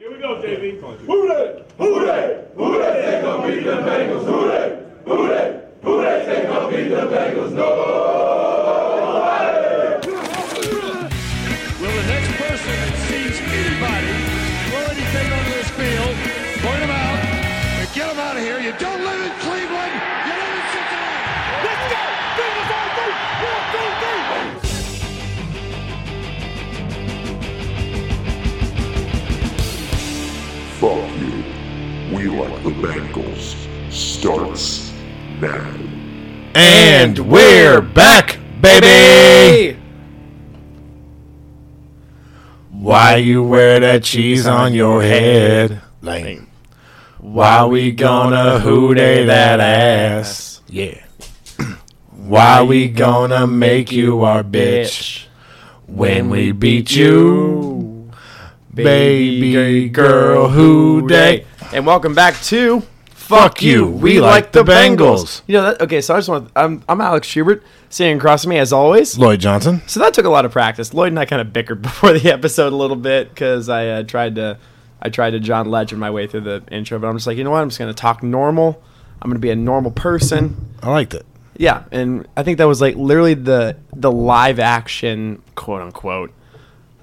Here we go, JB. Hooray! Hooray! Hooray! They gonna beat the Bengals! Hooray! Hooray! Hooray! They gonna beat the Bengals! No! Will the next person that sees anybody throw anything onto this field, point them out, and get them out of here? You don't live in Cleveland. You live in Cincinnati. Let's go! Bengals on three. One, two, three. Fuck you. We like the Bengals. Starts now. And we're back, baby! Why you wear that cheese on your head? Lame. Why we gonna hooday that ass? Yeah. Why we gonna make you our bitch when we beat you? Baby girl, hooday. And welcome back to Fuck you, we like the Bengals. You know that? Okay, so I just want I'm I'm Alex Schubert sitting across from me as always. Lloyd Johnson. So that took a lot of practice. Lloyd and I kind of bickered before the episode a little bit because I uh, tried to I tried to John Legend my way through the intro, but I'm just like you know what? I'm just gonna talk normal. I'm gonna be a normal person. I liked it. Yeah, and I think that was like literally the the live action quote unquote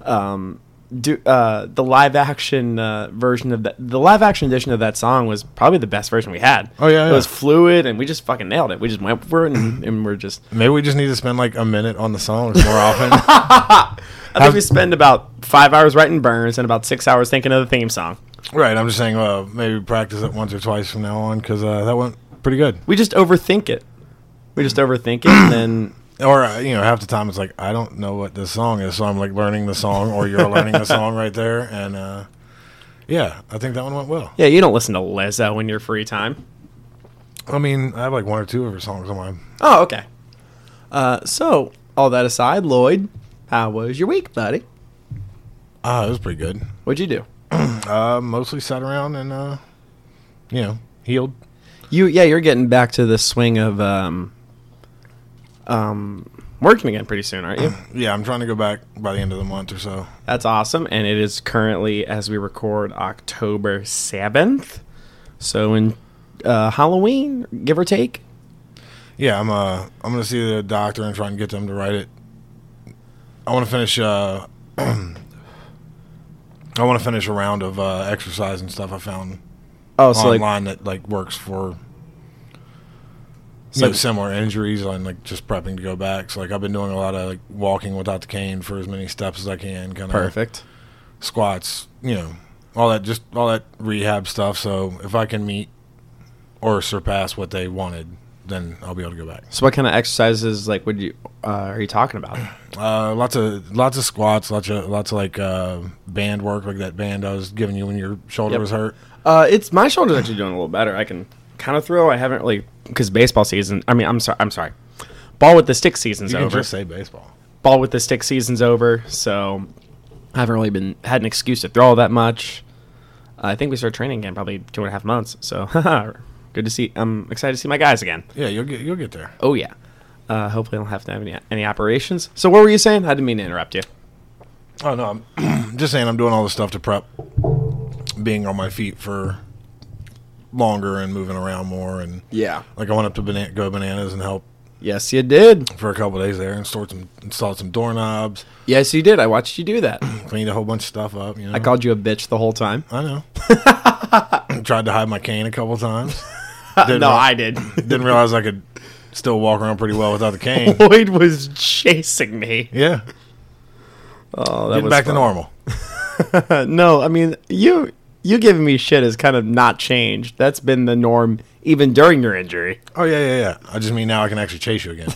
um do uh the live action uh version of that the live action edition of that song was probably the best version we had. Oh, yeah, It yeah. was fluid and we just fucking nailed it. We just went for it and, and we're just Maybe we just need to spend like a minute on the songs more often. I think we spend about five hours writing burns and about six hours thinking of the theme song. right. I'm just saying, uh, maybe practice it once or twice from now on because uh, that went pretty good. We just overthink it. We just overthink it, and then Or uh, you know, half the time it's like I don't know what this song is, so I'm like learning the song, or you're learning the song right there, and uh, yeah, I think that one went well. yeah, you don't listen to Lizzo in your free time. I mean, I have like one or two of her songs on my. Oh, okay. Uh, so all that aside, Lloyd, how was your week, buddy? Ah, it was pretty good. What'd you do? Uh, mostly sat around and uh, you know, healed. You yeah, you're getting back to the swing of um, um, working again pretty soon, aren't you? Yeah, I'm trying to go back by the end of the month or so. That's awesome. And it is currently, as we record, October 7th. So, in uh, Halloween, give or take. Yeah, I'm uh I'm gonna see the doctor and try and get them to write it. I want to finish uh I want to finish a round of uh, exercise and stuff I found Oh, so like, online that like works for you So- know, similar injuries and like just prepping to go back. So like I've been doing a lot of like walking without the cane for as many steps as I can, kind of perfect. squats, you know, all that just all that rehab stuff. So if I can meet or surpass what they wanted, then I'll be able to go back. So, what kind of exercises like would you uh, are you talking about? Uh, lots of lots of squats, lots of lots of like uh, band work, like that band I was giving you when your shoulder Yep. was hurt. Uh, it's my shoulder's actually doing a little better. I can kind of throw. I haven't really because baseball season. I mean, I'm sorry. I'm sorry. Ball with the stick season's You can over. just say baseball. Ball with the stick season's over. So, I haven't really been had an excuse to throw all that much. I think we start training again probably two and a half months. So, good to see. I'm excited to see my guys again. Yeah, you'll get you'll get there. Oh yeah. Uh, hopefully, I don't have to have any any operations. So, what were you saying? I didn't mean to interrupt you. Oh no, I'm just saying I'm doing all this stuff to prep being on my feet for longer and moving around more and Yeah. Like I went up to bana- go bananas and help Yes, you did. for a couple days there and stored some installed some doorknobs, Yes, you did. I watched you do that. cleaned a whole bunch of stuff up. You know, I called you a bitch the whole time. I know. Tried to hide my cane a couple times. Didn't Uh, no, re- I did. didn't realize I could still walk around pretty well without the cane. Boyd was chasing me. Yeah, Oh, that getting back to normal. normal. No, I mean you you giving me shit has kind of not changed. That's been the norm even during your injury. Oh yeah, yeah, yeah. I just mean now I can actually chase you again.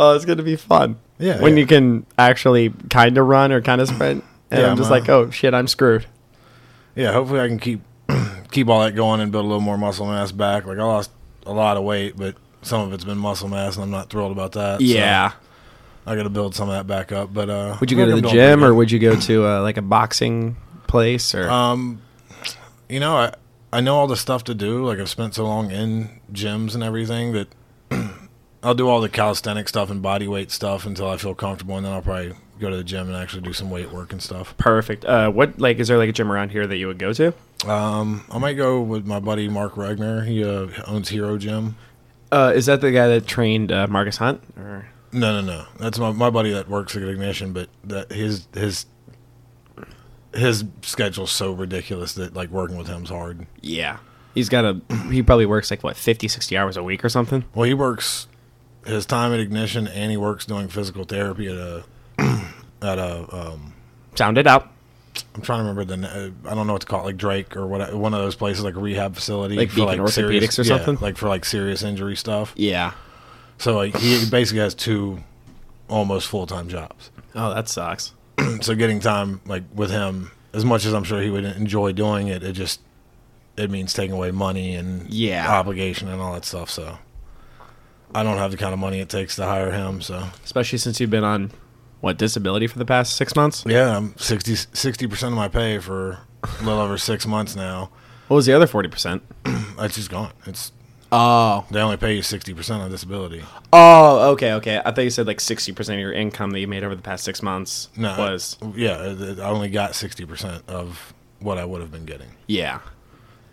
Oh, it's gonna be fun. Yeah, when yeah. you can actually kind of run or kind of sprint. And Yeah, I'm just man. like, oh shit, I'm screwed. Yeah, hopefully I can keep keep all that going and build a little more muscle mass back. Like I lost a lot of weight, but some of it's been muscle mass, and I'm not thrilled about that. so I got to build some of that back up. But uh, Would you go to the gym or would you go to uh, like a boxing place or? you know I I know all the stuff to do. Like I've spent so long in gyms and everything that I'll do all the calisthenic stuff and body weight stuff until I feel comfortable, and then I'll probably go to the gym and actually do some weight work and stuff. perfect. Uh, what like is there like a gym around here that you would go to? I might go with my buddy Mark Regner. He uh, owns Hero Gym. Uh, is that the guy that trained uh, Marcus Hunt? Or No, no, no. That's my, my buddy that works at Ignition, but that his his his schedule's so ridiculous that like working with him's hard. yeah, he's got a he probably works like what 50, 60 hours a week or something. Well, he works his time at Ignition, and he works doing physical therapy at a at a um, Sound it out. I'm trying to remember the na- I don't know what to call it, like Drake or what one of those places like a rehab facility Like Beacon Orthopedics or yeah, something? like for like serious injury stuff. Yeah. So like he basically has two almost full time jobs. Oh, that sucks. so getting time like with him as much as i'm sure he would enjoy doing it it just it means taking away money and Yeah. obligation and all that stuff so i don't have the kind of money it takes to hire him so Especially since you've been on what disability for the past six months. yeah i'm 60 percent of my pay for a little over six months now What was the other forty percent? it's just gone it's Oh. they only pay you 60% on disability Oh, okay, okay. I thought you said like sixty percent of your income that you made over the past six months no was yeah it- i only got 60% of what i would have been getting yeah,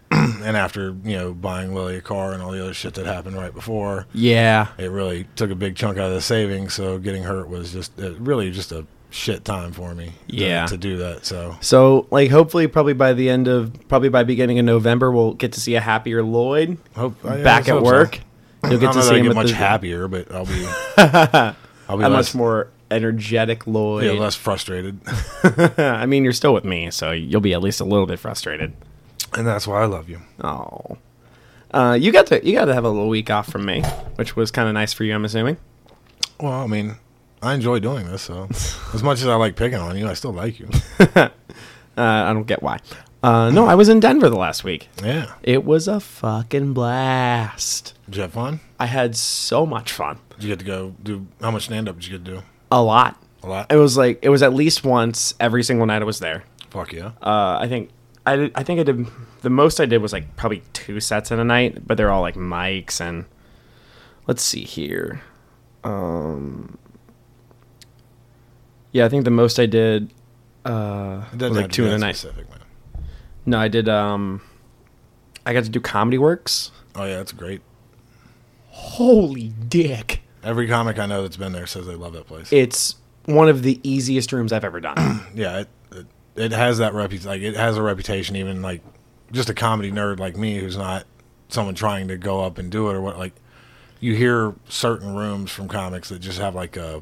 and after you know buying lily a car and all the other shit that happened right before yeah. it really took a big chunk out of the savings. So getting hurt was just uh, really just a shit time for me. to- Yeah. To, do that. So So, like, hopefully, probably by the end of probably by beginning of November, we'll get to see a happier Lloyd hope back at work. You'll You'll get to see see him get at much the- happier, but I'll be I'll be a less, much more energetic Lloyd. yeah, less frustrated, I mean, you're still with me, so you'll be at least a little bit frustrated. and that's why I love you. Oh, uh, you got to you got to have a little week off from me, which was kind of nice for you, I'm assuming. Well, I mean, I enjoy doing this. So as much as I like picking on you, I still like you. Uh, I don't get why. Uh, no, I was in Denver the last week. Yeah. It was a fucking blast. Did you have fun? I had so much fun. Did you get to go do how much stand up? Did you get to do A lot. a lot? It was like it was at least once every single night I was there. Fuck yeah. Uh, I think I did, I think I did the most I did was like probably two sets in a night, but they're all like mics and let's see here. Um, yeah, I think the most I did. It doesn't like have to two be in a that night. Specific, man. No, I did. Um, I got to do Comedy Works. Oh yeah, that's great. Holy dick! Every comic I know that's been there says they love that place. It's one of the easiest rooms I've ever done. yeah, it, it, it has that repu- like it has a reputation even like just a comedy nerd like me who's not someone trying to go up and do it or what like you hear certain rooms from comics that just have like a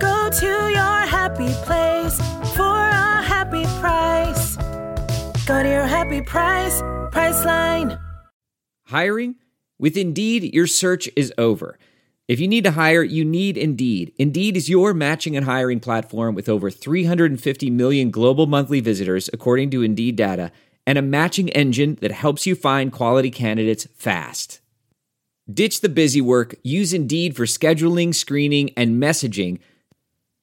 Go to your happy place for a happy price. Go to your happy price, Priceline. Hiring? With Indeed, your search is over. If you need to hire, you need Indeed. Indeed is your matching and hiring platform with over 350 million global monthly visitors, according to Indeed data, and a matching engine that helps you find quality candidates fast. Ditch the busy work, use Indeed for scheduling, screening, and messaging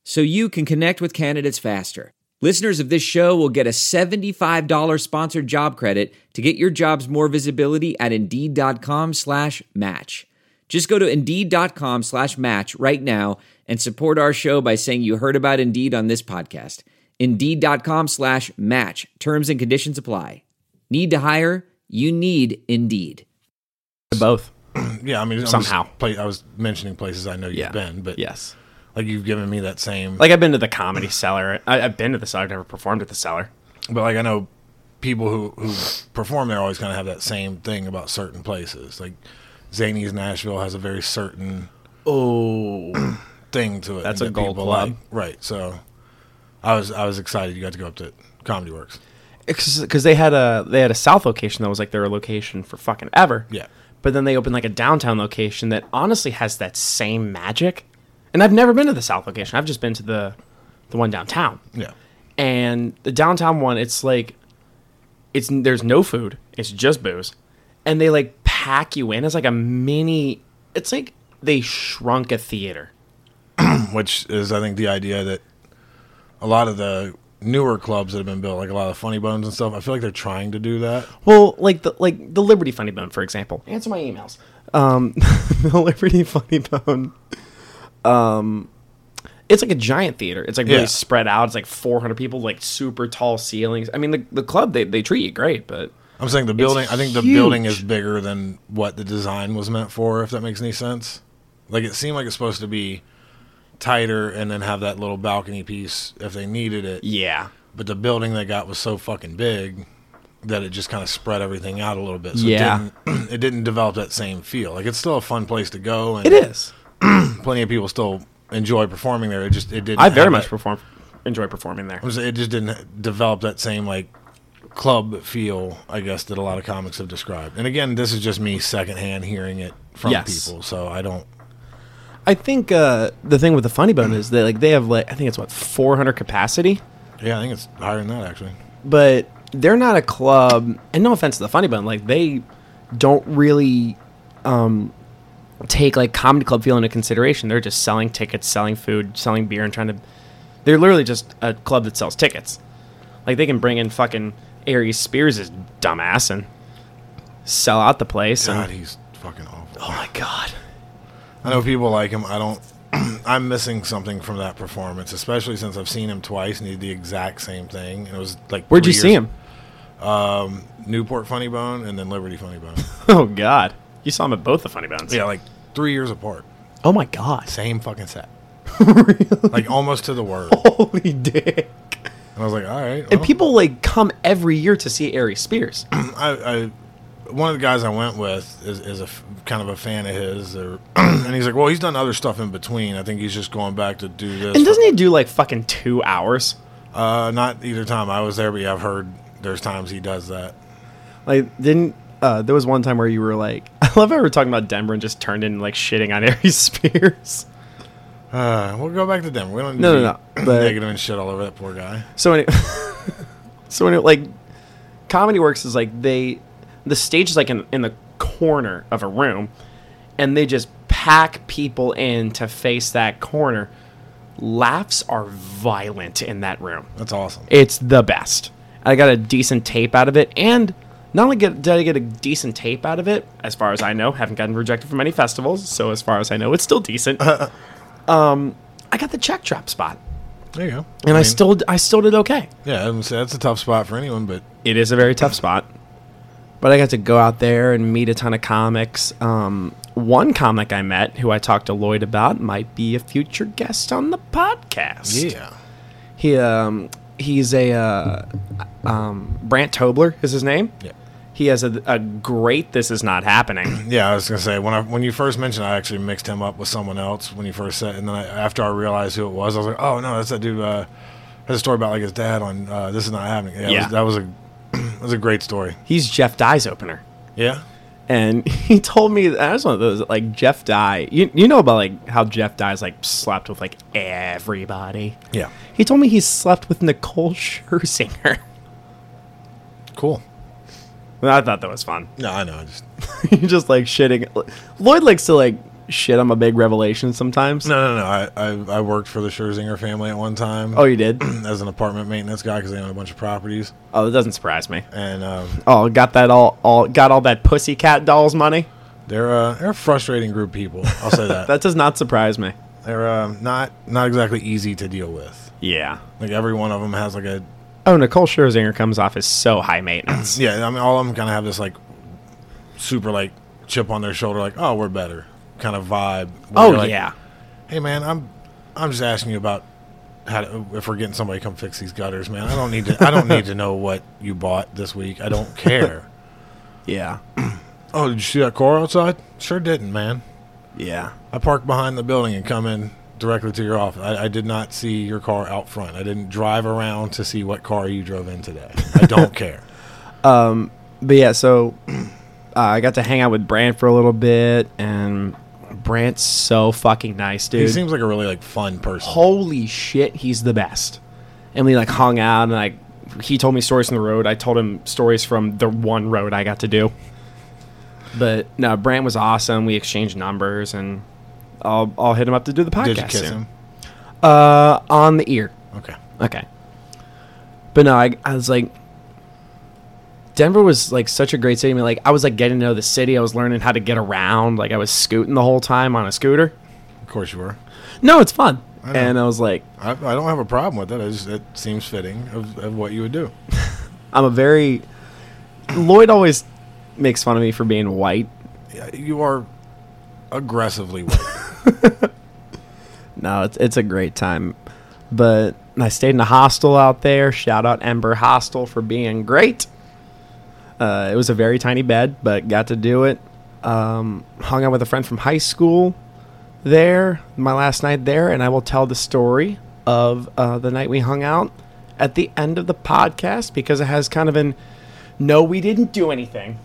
so you can connect with candidates faster. Listeners of this show will get a $75 sponsored job credit to get your jobs more visibility at Indeed.com slash match. Just go to Indeed.com slash match right now and support our show by saying you heard about Indeed on this podcast. Indeed.com slash match. Terms and conditions apply. Need to hire? You need Indeed. both. yeah I mean I'm just Somehow. pla- I was mentioning places I know you've been but yes, like you've given me that same like I've been to the Comedy Cellar. I, I've been to the cellar. I've never performed at the cellar. But like I know people who who perform there always kind of have that same thing about certain places. Like Zany's Nashville has a very certain Oh, thing to it. That's that a gold people club. like. right? So I was I was excited you got to go up to Comedy Works. because they had a they had a south location that was like their location for fucking ever. Yeah. But then they opened like a downtown location that honestly has that same magic. And I've never been to the south location. I've just been to the the one downtown. Yeah, and the downtown one it's like it's there's no food it's just booze and they like pack you in it's like a mini it's like they shrunk a theater which is I think the idea that a lot of the newer clubs that have been built, like a lot of Funny Bones and stuff, I feel like they're trying to do that. well like the like the liberty funny bone for example answer my emails um the liberty funny bone um it's like a giant theater it's like really Yeah. spread out it's like 400 people like super tall ceilings i mean the, the club they, they treat you great but I'm saying the building. I think the huge. building is bigger than what the design was meant for. If that makes any sense, like it seemed like it's supposed to be tighter and then have that little balcony piece if they needed it. yeah But the building they got was so fucking big that it just kind of spread everything out a little bit. So Yeah. it didn't, it didn't develop that same feel. Like it's still a fun place to go, and it is Plenty of people still enjoy performing there. It just it didn't. i very have much that- perform enjoy performing there I'm saying It just didn't develop that same like club feel, I guess, that a lot of comics have described. And again, this is just me secondhand hearing it from Yes. people, so I don't. I think uh, the thing with the funny bone is that like they have like I think it's what 400 capacity, Yeah, I think it's higher than that actually. but they're not a club. And no offense to the funny bone, like they don't really um, take like comedy club feel into consideration. They're just selling tickets, selling food, selling beer, and trying to. They're literally just a club that sells tickets. Like they can bring in fucking Aries Spears as dumbass and sell out the place. God, And, he's fucking awful. oh my god. I know people like him. I don't. I'm missing something from that performance, especially since I've seen him twice and he did the exact same thing. And it was like Where'd three you see years- him? Newport Funny Bone and then Liberty Funny Bone. Oh god. You saw him at both the funny bones. yeah, like three years apart. Oh my god. Same fucking set. Like almost to the word. Holy dick. And I was like, all right. And well. people like come every year to see Aries Spears. I, I one of the guys I went with is, is a f- kind of a fan of his, or, and he's like, well, he's done other stuff in between. I think he's just going back to do this. and for- doesn't he do like fucking two hours? uh, not either time I was there, but yeah, I've heard there's times he does that. Like, didn't uh, there was one time where you were like, I love how we were talking about Denver and just turned in like shitting on Aries Spears. Uh, we'll go back to Denver. We don't need No, to no, be no, but- negative and shit all over that poor guy. So anyway, so anyway, like comedy works is like they the stage is like in, in the corner of a room, and they just pack people in to face that corner. Laughs are violent in that room. That's awesome. It's the best. I got a decent tape out of it, and not only get, did I get a decent tape out of it, as far as I know, haven't gotten rejected from any festivals, so as far as I know, it's still decent. um, I got the check drop spot, There you go. and I, mean, still I still did okay. yeah, I'm gonna say that's a tough spot for anyone, but It is a very tough spot, but I got to go out there and meet a ton of comics. Um, one comic I met, who I talked to Lloyd about, might be a future guest on the podcast. yeah, He um he's a uh, um Brant Tobler is his name. yeah, He has a, a great this is not happening. yeah. I was gonna say when I when you first mentioned, it, I actually mixed him up with someone else when you first said, and then I, after I realized who it was, I was like, oh no, that's that dude. Uh, has a story about like his dad on uh, this is not happening. Yeah, Yeah. That, was, that was a that was a great story. He's Jeff Dye's opener. Yeah, And he told me I was one of those like Jeff Dye. You, you know about like how Jeff Dye's like slept with like everybody. yeah, He told me he slept with Nicole Scherzinger. cool. And I thought that was fun. No, I know. I just He just like shitting. Lloyd likes to like shit on a big revelation sometimes. no, no, no. I, I I worked for the Scherzinger family at one time. Oh, you did? as an apartment maintenance guy because they own a bunch of properties, Oh, that doesn't surprise me. and um, Oh, got that all all got all that pussycat dolls money. they're uh, they're a frustrating group of people. I'll say that. That does not surprise me. they're um, not not exactly easy to deal with. Yeah. Like every one of them has like a Oh, Nicole Scherzinger comes off as so high maintenance. yeah. I mean, all of them kind of have this like super like chip on their shoulder, like oh we're better kind of vibe. where oh you're like, yeah. Hey man, I'm I'm just asking you about how to, if we're getting somebody to come fix these gutters, man. I don't need to. I don't need to know what you bought this week. I don't care. Yeah. oh, did you see that car outside? Sure didn't, man. Yeah. I parked behind the building and come in directly to your office. I, I did not see your car out front. I didn't drive around to see what car you drove in today. I don't care. But yeah, so uh, I got to hang out with Brant for a little bit, and Brant's so fucking nice, dude. He seems like a really like fun person. holy shit, he's the best. And we like hung out and like he told me stories from the road. I told him stories from the one road I got to do. But no, Brant was awesome. We exchanged numbers and I'll I'll hit him up to do the podcast did you kiss soon. him? Uh on the ear. Okay. Okay. But no, I, I was like, Denver was like such a great city. I mean, like I was like getting to know the city. I was learning how to get around. Like I was scooting the whole time on a scooter. Of course you were. No, it's fun. know. and I was like, I, I don't have a problem with it. I just it seems fitting of, of what you would do. I'm a very Lloyd always makes fun of me for being white. You are aggressively white. No, it's it's a great time. But I stayed in a hostel out there. Shout out Ember Hostel for being great. Uh, it was a very tiny bed, but got to do it. Um, hung out with a friend from high school there, my last night there, and I will tell the story of uh, the night we hung out at the end of the podcast because it has kind of an no, we didn't do anything.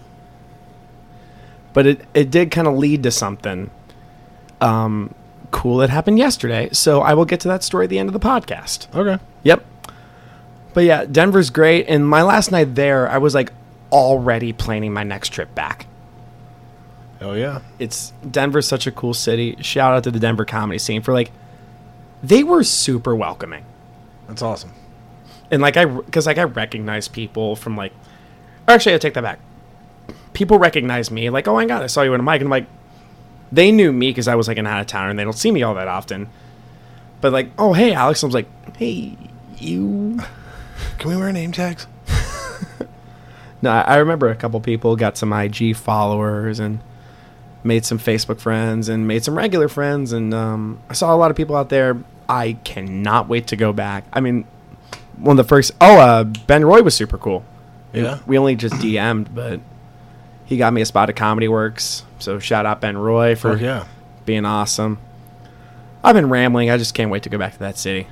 But it, it did kind of lead to something cool that happened yesterday. So I will get to that story at the end of the podcast. okay. Yep. But yeah, Denver's great. And my last night there, I was like already planning my next trip back. Hell yeah. It's Denver's such a cool city. Shout out to the Denver comedy scene for like, they were super welcoming. That's awesome. And like, I, cause like I recognize people from like, or actually, I take that back. People recognize me like, oh my God, I saw you in a mic. And I'm like, they knew me because I was like an out of town and they don't see me all that often. But like, oh, hey, Alex. I was like, hey, you. Can we wear name tags? No, I I remember a couple people got some IG followers and made some Facebook friends and made some regular friends. And um, I saw a lot of people out there. I cannot wait to go back. I mean, one of the first. Oh, uh, Ben Roy was super cool. Yeah. We only just DM'd, but he got me a spot at Comedy Works. So shout out Ben Roy for Fuck yeah. being awesome. I've been rambling. I just can't wait to go back to that city.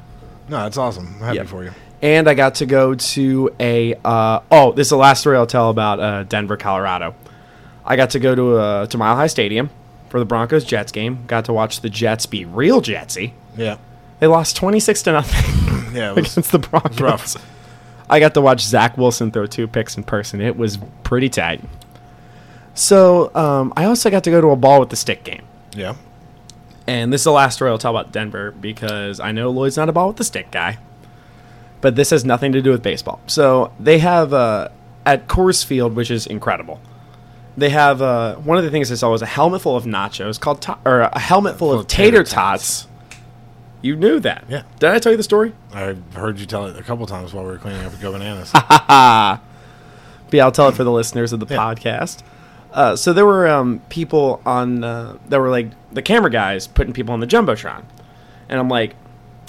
No, it's awesome. I'm happy Yep. for you. And I got to go to a uh, oh, this is the last story I'll tell about uh, Denver, Colorado. I got to go to uh, to Mile High Stadium for the Broncos Jets game. Got to watch the Jets be real Jetsy. Yeah. They lost twenty six to nothing Yeah. It was, against the Broncos. rough. I got to watch Zach Wilson throw two picks in person. It was pretty tight. So um, I also got to go to a ball with the stick game. yeah. And this is the last story I'll tell about Denver because I know Lloyd's not a ball with the stick guy, but this has nothing to do with baseball. So they have uh, at Coors Field, which is incredible. They have uh, one of the things I saw was a helmet full of nachos called to- or a helmet full of tater, tots. You knew that, Yeah. Did I tell you the story? I heard you tell it a couple times while we were cleaning up at Go Bananas. But yeah, I'll tell it for the listeners of the Yeah. podcast. Uh, so there were um, people on uh, that were like the camera guys putting people on the jumbotron, and I'm like,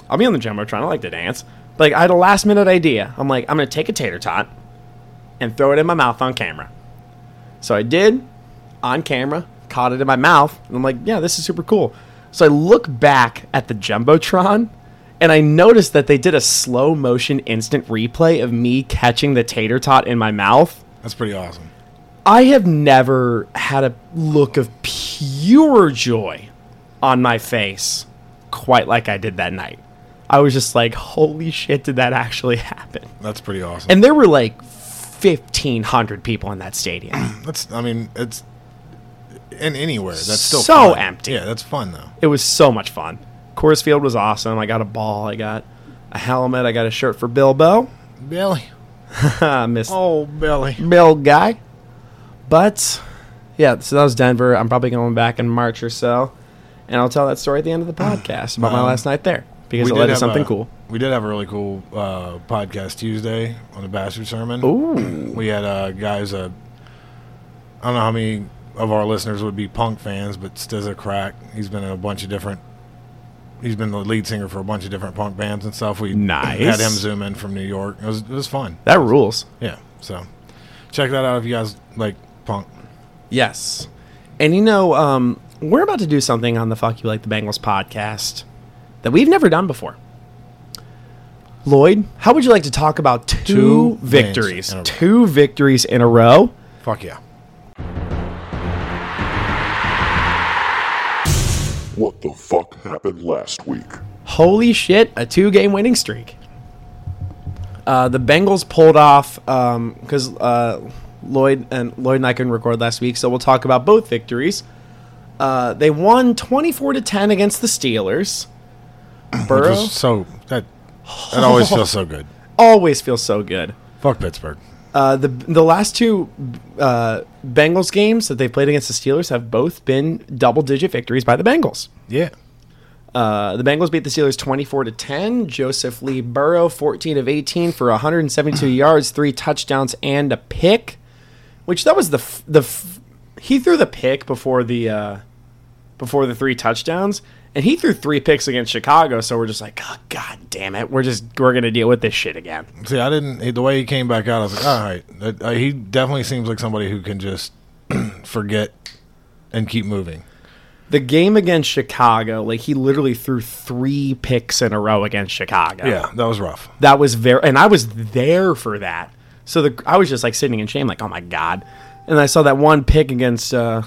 I'll be on the jumbotron. I like to dance. But like I had a last minute idea. I'm like, I'm gonna take a tater tot and throw it in my mouth on camera. So I did on camera, caught it in my mouth, and I'm like, yeah, this is super cool. So I look back at the jumbotron. And I noticed that they did a slow motion instant replay of me catching the tater tot in my mouth. That's pretty awesome. I have never had a look of pure joy on my face quite like I did that night. I was just like, holy shit, did that actually happen? That's pretty awesome. And there were like 1,500 people in that stadium. that's I mean it's in anywhere that's still So fun. empty. Yeah, that's fun though. it was so much fun. Coors Field was awesome. I got a ball, I got a helmet, I got a shirt for Bilbo. Billy. I missed Oh, Billy. Bill guy. But yeah, so that was Denver. I'm probably going back in March or so, and I'll tell that story at the end of the podcast about my Um, last night there because We it did led to have something a- cool. We did have a really cool uh, podcast Tuesday on the Bastard Sermon. Ooh. We had uh, guys. Uh, I don't know how many of our listeners would be punk fans, but Stiz a crack. He's been in a bunch of different He's been the lead singer for a bunch of different punk bands and stuff. We Nice. had him zoom in from New York. It was it was fun. That rules. Yeah. So check that out if you guys like punk. Yes. And you know, um, we're about to do something on the Fuck You Like the Bengals podcast that we've never done before. Lloyd, how would you like to talk about two, Two wins victories? in a row. Two victories in a row. Fuck yeah. What the fuck happened last week? Holy shit, a two game winning streak. Uh, the Bengals pulled off because uh, Lloyd and Lloyd and I couldn't record last week, so we'll talk about both victories. Uh, they won twenty four to ten against the Steelers. Burrow Just so that that always feels so good. always feels so good. Fuck Pittsburgh. Uh, the the last two uh, Bengals games that they played against the Steelers have both been double digit victories by the Bengals. Yeah. Uh, the Bengals beat the Steelers 24 to 10. Joseph Lee Burrow 14 of 18 for 172 yards, three touchdowns and a pick, which that was the f- the f- he threw the pick before the uh, before the three touchdowns and he threw three picks against Chicago, so we're just like, oh, god damn it. We're just we're going to deal with this shit again. See, I didn't. The way he came back out, I was like, all right. That- uh, he definitely seems like somebody who can just forget and keep moving. the game against Chicago, like he literally threw three picks in a row against Chicago. Yeah, that was rough. That was very, and I was there for that. So the I was just like sitting in shame, like, oh my god. And I saw that one pick against uh,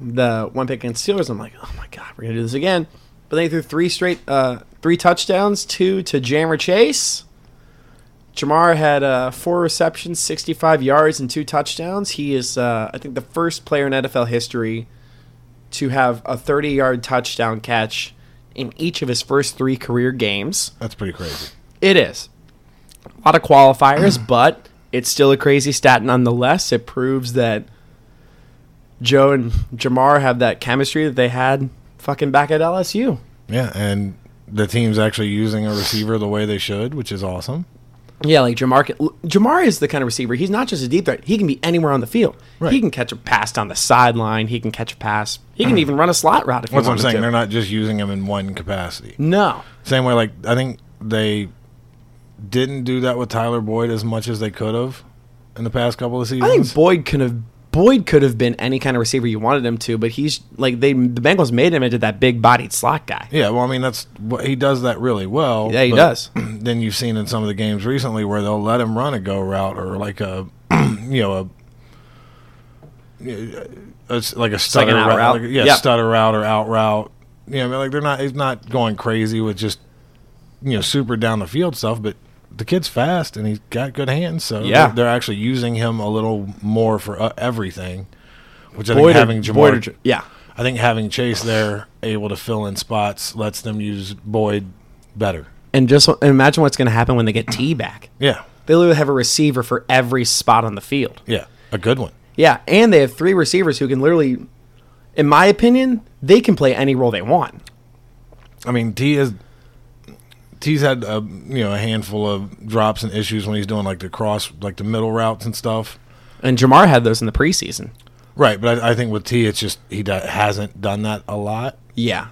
the one pick against Steelers. I'm like, oh my god, we're gonna do this again. But they threw three straight, uh, three touchdowns, two to Jammer Chase. Jamar had uh, four receptions, 65 yards, and two touchdowns. He is, uh, I think, the first player in NFL history to have a 30 yard touchdown catch in each of his first three career games. That's pretty crazy. It is. A lot of qualifiers, but it's still a crazy stat nonetheless. It proves that Joe and Jamar have that chemistry that they had fucking back at LSU. Yeah, and the team's actually using a receiver the way they should, which is awesome. Yeah, like Jamar. Can, l- Jamar is the kind of receiver. He's not just a deep threat. He can be anywhere on the field. Right. He can catch a pass down the sideline. He can catch a pass. He can even run a slot route That's if he what I'm wanted saying. to. They're not just using him in one capacity. no. Same way, like I think they didn't do that with Tyler Boyd as much as they could have in the past couple of I think seasons. Boyd could have Boyd could have been any kind of receiver you wanted him to, but he's like they the Bengals made him into that big bodied slot guy. yeah, well, I mean that's what he does that really well. Yeah, he but does. Then you've seen in some of the games recently where they'll let him run a go route or like a you know a, a like a stutter out route. like a- yeah, Yeah. stutter route or out route. You know, I mean, like they're not he's not going crazy with just you know super down the field stuff, but the kid's fast and he's got good hands, so they're- Yeah. they're, actually using him a little more for uh, everything. Which I Boyd think or- having Jamar, Boyd or Ja- yeah. I think having Chase there able to fill in spots lets them use Boyd better. And just and imagine what's going to happen when they get T back. Yeah, They literally have a receiver for every spot on the field. yeah, a good one. Yeah, and they have three receivers who can literally, in my opinion, they can play any role they want. I mean, T is T's had a you know a handful of drops and issues when he's doing like the cross, like the middle routes and stuff. And Jamar had those in the preseason. Right, but I, I think with T, it's just he do- hasn't done that a lot. Yeah,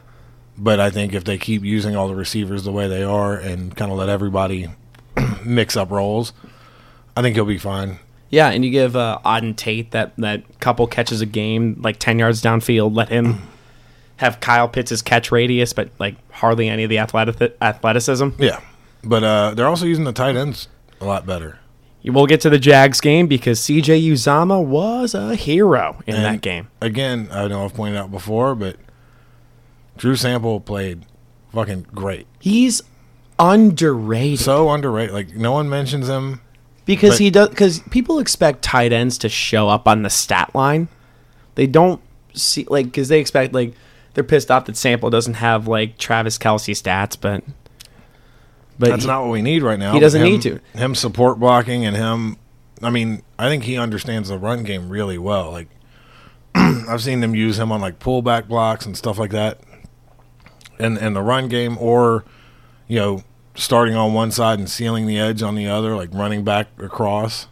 But I think if they keep using all the receivers the way they are and kind of let everybody mix up roles, I think he'll be fine. yeah, and you give uh, Auden Tate that that couple catches a game, like ten yards downfield. Let him have Kyle Pitts' catch radius, but like hardly any of the athletic athleticism. Yeah, but uh, they're also using the tight ends a lot better. We'll get to the Jags game because CJ Uzama was a hero in And that game. Again, I know I've pointed out before, but Drew Sample played fucking great. He's underrated So underrated. Like no one mentions him. because but- he does because people expect tight ends to show up on the stat line. They don't see like because they expect like they're pissed off that Sample doesn't have like Travis Kelsey stats, but but That's he- not what we need right now. he doesn't Him- need to. Him support blocking and him. I mean, I think he understands the run game really well. Like I've seen them use him on like pullback blocks and stuff like that, and and the run game or you know starting on one side and sealing the edge on the other, like running back across.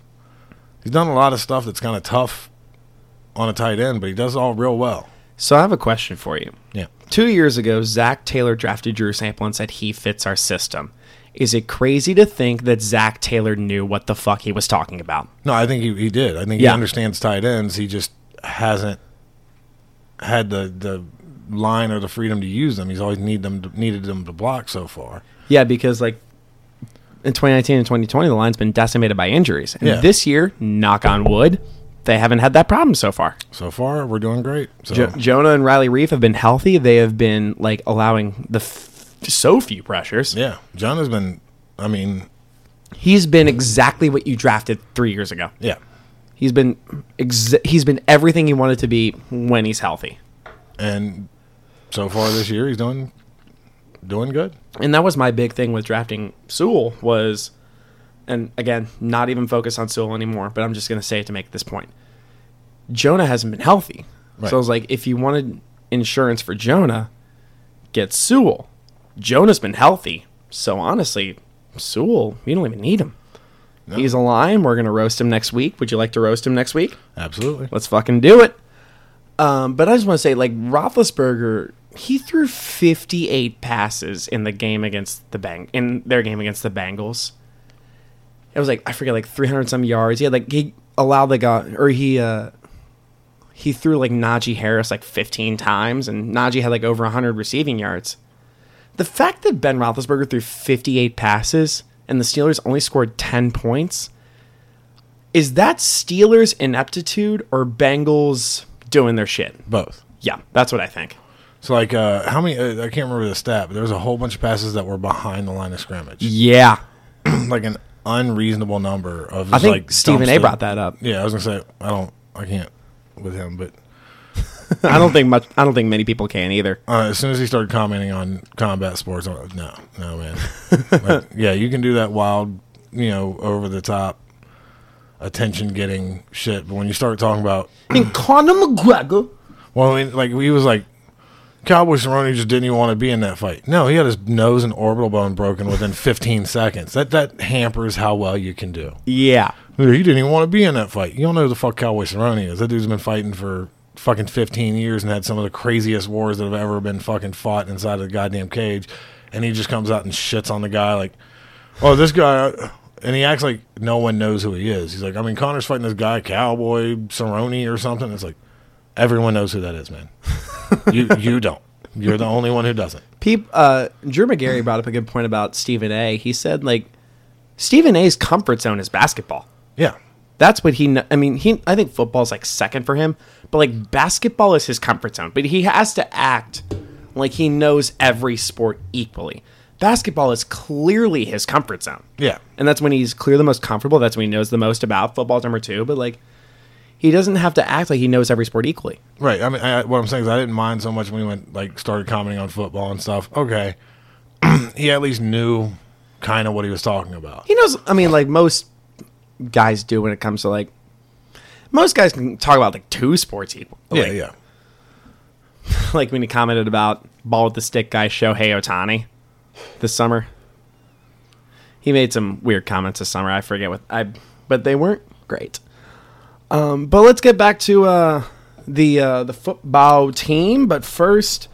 He's done a lot of stuff that's kind of tough on a tight end, but he does it all real well. So I have a question for you. Yeah. Two years ago, Zach Taylor drafted Drew Sample and said he fits our system. Is it crazy to think that Zach Taylor knew what the fuck he was talking about? No, I think he, he did. I think he Yeah. understands tight ends. He just hasn't had the the line or the freedom to use them. He's always need them to, needed them to block so far. Yeah, because like in 2019 and 2020, the line's been decimated by injuries. And Yeah. this year, knock on wood, they haven't had that problem so far. So far, we're doing great. So Jo- Jonah and Riley Reef have been healthy. They have been like allowing the f- so few pressures. yeah, John has been. I mean, He's been exactly what you drafted three years ago. yeah, He's been ex- he's been everything he wanted to be when he's healthy. and so far this year, he's doing doing good. and that was my big thing with drafting Sewell was, and again, not even focus on Sewell anymore, but I'm just gonna say it to make this point. Jonah hasn't been healthy, Right. so I was like, if you wanted insurance for Jonah, get Sewell. Jonah's been healthy, so honestly, Sewell, you don't even need him. He's a lime. We're gonna roast him next week. Would you like to roast him next week? Absolutely. Let's fucking do it. Um, but I just want to say, like Roethlisberger, he threw 58 passes in the game against the Bang in their game against the Bengals. It was like I forget, like 300 some yards. He had like he allowed the guy, or he uh, he threw like Najee Harris like 15 times, and Najee had like over 100 receiving yards. The fact that Ben Roethlisberger threw 58 passes and the Steelers only scored 10 points is that Steelers ineptitude or Bengals doing their shit? Both. Yeah, that's what I think. So like, uh, how many? Uh, I can't remember the stat, but there was a whole bunch of passes that were behind the line of scrimmage, Yeah, like an unreasonable number of. I just, think like Stephen A dumpster- brought that up. Yeah, I was gonna say I don't, I can't with him, but I don't think much. I don't think many people can either. uh, as soon as he started commenting on combat sports, I'm like, no, no, man. like, yeah, you can do that wild, you know, over the top, attention getting shit, but when you start talking about, And Conor McGregor. well, I mean, like he was like. Cowboy Cerrone just didn't even want to be in that fight. No, he had his nose and orbital bone broken within 15 seconds. That that hampers how well you can do. Yeah, Dude, he didn't even want to be in that fight. You don't know who the fuck Cowboy Cerrone is. That dude's been fighting for fucking 15 years and had some of the craziest wars that have ever been fucking fought inside of the goddamn cage. And he just comes out and shits on the guy like, oh, this guy. And he acts like no one knows who he is. He's like, I mean, Connor's fighting this guy, Cowboy Cerrone or something. It's like, everyone knows who that is, man. you, you don't. You're the only one who doesn't. Peep, uh, Drew McGarry brought up a good point about Stephen A. He said like Stephen A's comfort zone is basketball. Yeah. That's what he. kn- I mean, he. I think football's like second for him, but like basketball is his comfort zone. But he has to act like he knows every sport equally. Basketball is clearly his comfort zone, Yeah. and that's when he's clearly the most comfortable. That's when he knows the most about football's number two. But like, he doesn't have to act like he knows every sport equally. Right. I mean, I, what I'm saying is, I didn't mind so much when we went like started commenting on football and stuff. Okay, he at least knew kind of what he was talking about. He knows. I mean, like most guys do when it comes to like most guys can talk about like two sports equal. Yeah, like, yeah, like when he commented about ball with the stick guy Shohei Otani this summer. He made some weird comments this summer. I forget what I, but they weren't great. Um, but let's get back to uh, the uh, the football team. But first,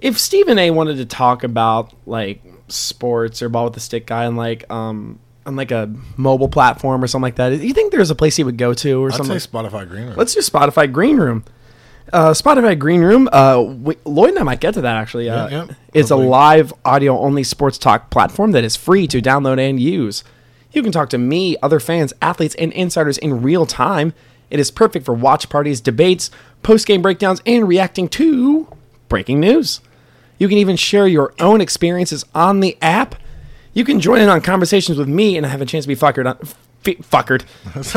if Stephen A. wanted to talk about like sports or ball with the stick guy and like um on like a mobile platform or something like that, do you think there's a place he would go to or I'd something? say Spotify Green. Room. Let's do Spotify Green Room. Uh, Spotify Green Room. Uh, we, Lloyd and I might get to that actually. Uh, Yeah, yeah. It's a Hopefully. live audio only sports talk platform that is free to download and use. You can talk to me, other fans, athletes, and insiders in real time. It is perfect for watch parties, debates, post game breakdowns, and reacting to breaking news. You can even share your own experiences on the app. You can join in on conversations with me and have a chance to be fuckered on. Fe- fuckered.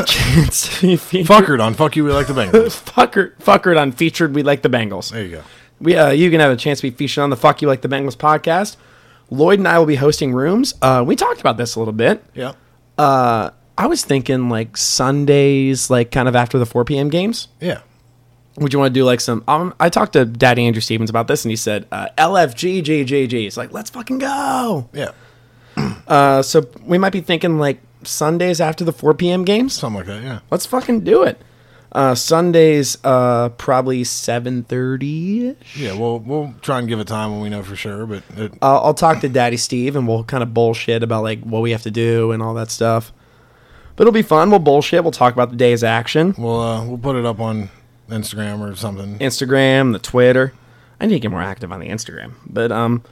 Chance to be featured- fuckered on. Fuck you. We like the Bengals. fucker, fuckered on featured. We like the Bengals. there you go. We, uh, you can have a chance to be featured on the Fuck You Like the Bengals podcast. Lloyd and I will be hosting rooms. Uh, we talked about this a little bit. Uh, Yeah. I was thinking like Sundays, like kind of after the 4 p.m. games. Yeah. Would you want to do like some? Um, I talked to Daddy Andrew Stevens about this, and he said uh, LFGGGG. He's like, let's fucking go. Yeah. Uh, so we might be thinking like Sundays after the 4 p.m. games. Something like that. Yeah. Let's fucking do it. Uh, Sundays, uh, probably seven thirty. Yeah, we'll we'll try and give a time when we know for sure, but it, I'll, I'll talk to Daddy Steve and we'll kind of bullshit about like what we have to do and all that stuff. But it'll be fun. We'll bullshit. We'll talk about the day's action. we'll uh, we'll put it up on Instagram or something. Instagram, the Twitter. I need to get more active on the Instagram. But um,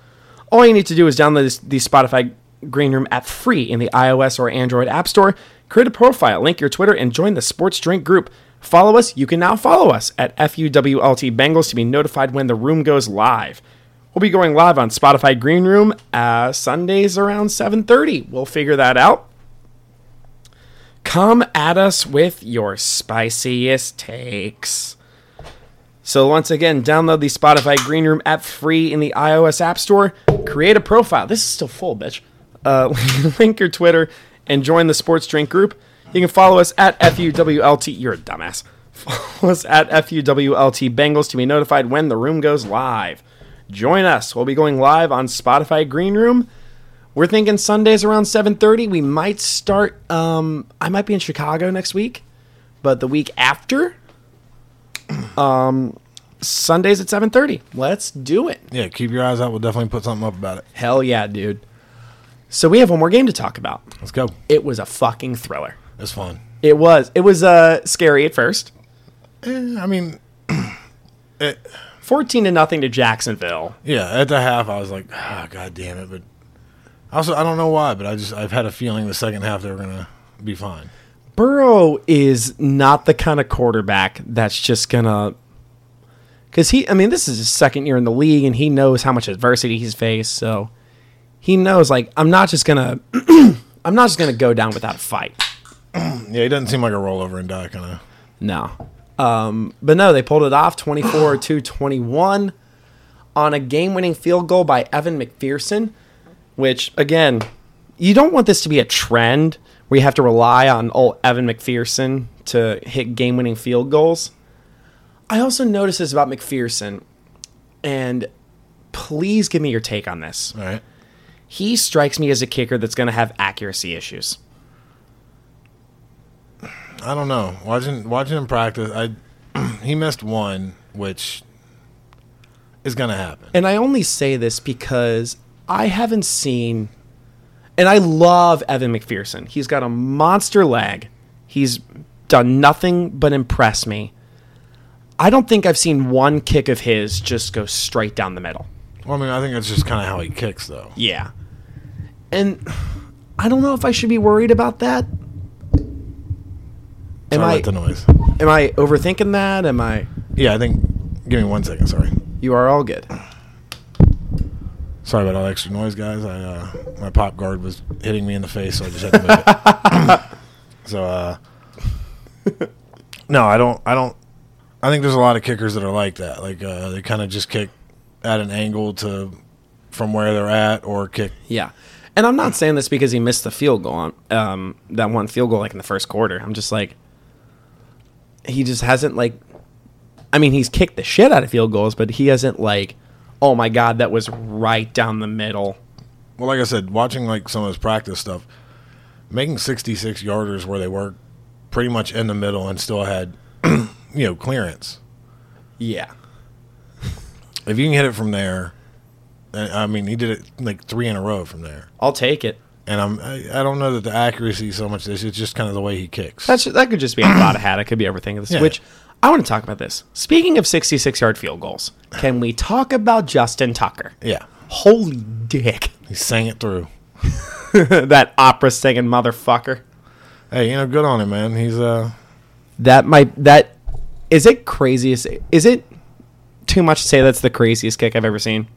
all you need to do is download this, the Spotify Green Room app free in the iOS or Android App Store. Create a profile, link your Twitter, and join the Sports Drink group. Follow us. You can now follow us at FUWLT Bengals to be notified when the room goes live. We'll be going live on Spotify Green Room uh, Sundays around 7:30. We'll figure that out. Come at us with your spiciest takes. So once again, download the Spotify Green Room app free in the iOS App Store. Create a profile. This is still full, bitch. Uh, link your Twitter and join the Sports Drink group. You can follow us at FUWLT. You're a dumbass. Follow us at FUWLT Bengals to be notified when the room goes live. Join us. We'll be going live on Spotify Green Room. We're thinking Sundays around 7:30. We might start. Um, I might be in Chicago next week, but the week after, Sundays at 7:30. Let's do it. Yeah, keep your eyes out. We'll definitely put something up about it. Hell yeah, dude. So we have one more game to talk about. Let's go. It was a fucking thriller. It's fun. It was. It was uh scary at first. Eh, I mean, 14 to nothing to Jacksonville. yeah, at the half I was like, ah, god damn it. But also, I don't know why, but I just I've had a feeling the second half they were gonna be fine. Burrow is not the kind of quarterback that's just going to cuz he I mean this is his second year in the league and he knows how much adversity he's faced, so he knows like I'm not just going to I'm not just going to go down without a fight. Yeah, he doesn't seem like a rollover and die kind of. No. Um, but no, they pulled it off 24 to 21 on a game winning field goal by Evan McPherson, which, again, you don't want this to be a trend where you have to rely on old Evan McPherson to hit game winning field goals. I also noticed this about McPherson, and please give me your take on this All right. he strikes me as a kicker that's going to have accuracy issues. I don't know. Watching watching him practice, I he missed one, which is gonna happen. And I only say this because I haven't seen, and I love Evan McPherson. He's got a monster leg. He's done nothing but impress me. I don't think I've seen one kick of his just go straight down the middle. Well, I mean, I think that's just kind of how he kicks, though. Yeah. And I don't know if I should be worried about that. Am Sorry I about the noise. am I overthinking that? Am I Yeah, I think. Give me one second. Sorry. you are all good. Sorry about all the extra noise, guys. I uh, my pop guard was hitting me in the face, so I just had to move it. so, uh, no, I don't. I don't. I think there's a lot of kickers that are like that. Like uh, they kind of just kick at an angle to from where they're at, or kick. Yeah. And I'm not saying this because he missed the field goal on um, that one field goal like in the first quarter. I'm just like he just hasn't like I mean, he's kicked the shit out of field goals, but he hasn't like oh my god, that was right down the middle. Well, like I said, watching like some of his practice stuff, making 66 yarders where they were pretty much in the middle and still had you know clearance. Yeah. If you can hit it from there, I I mean, he did it like three in a row from there. I'll take it. And I'm I, I don't know that the accuracy is so much this. It's just kind of the way he kicks. That's that could just be a thought I had. I could be overthinking this. Yeah. Which I want to talk about this. Speaking of 66 yard field goals, can we talk about Justin Tucker? yeah, Holy dick. he sang it through. that opera singing motherfucker. Hey, you know, good on him, man. He's uh, That might that is it craziest is it too much to say that's the craziest kick I've ever seen?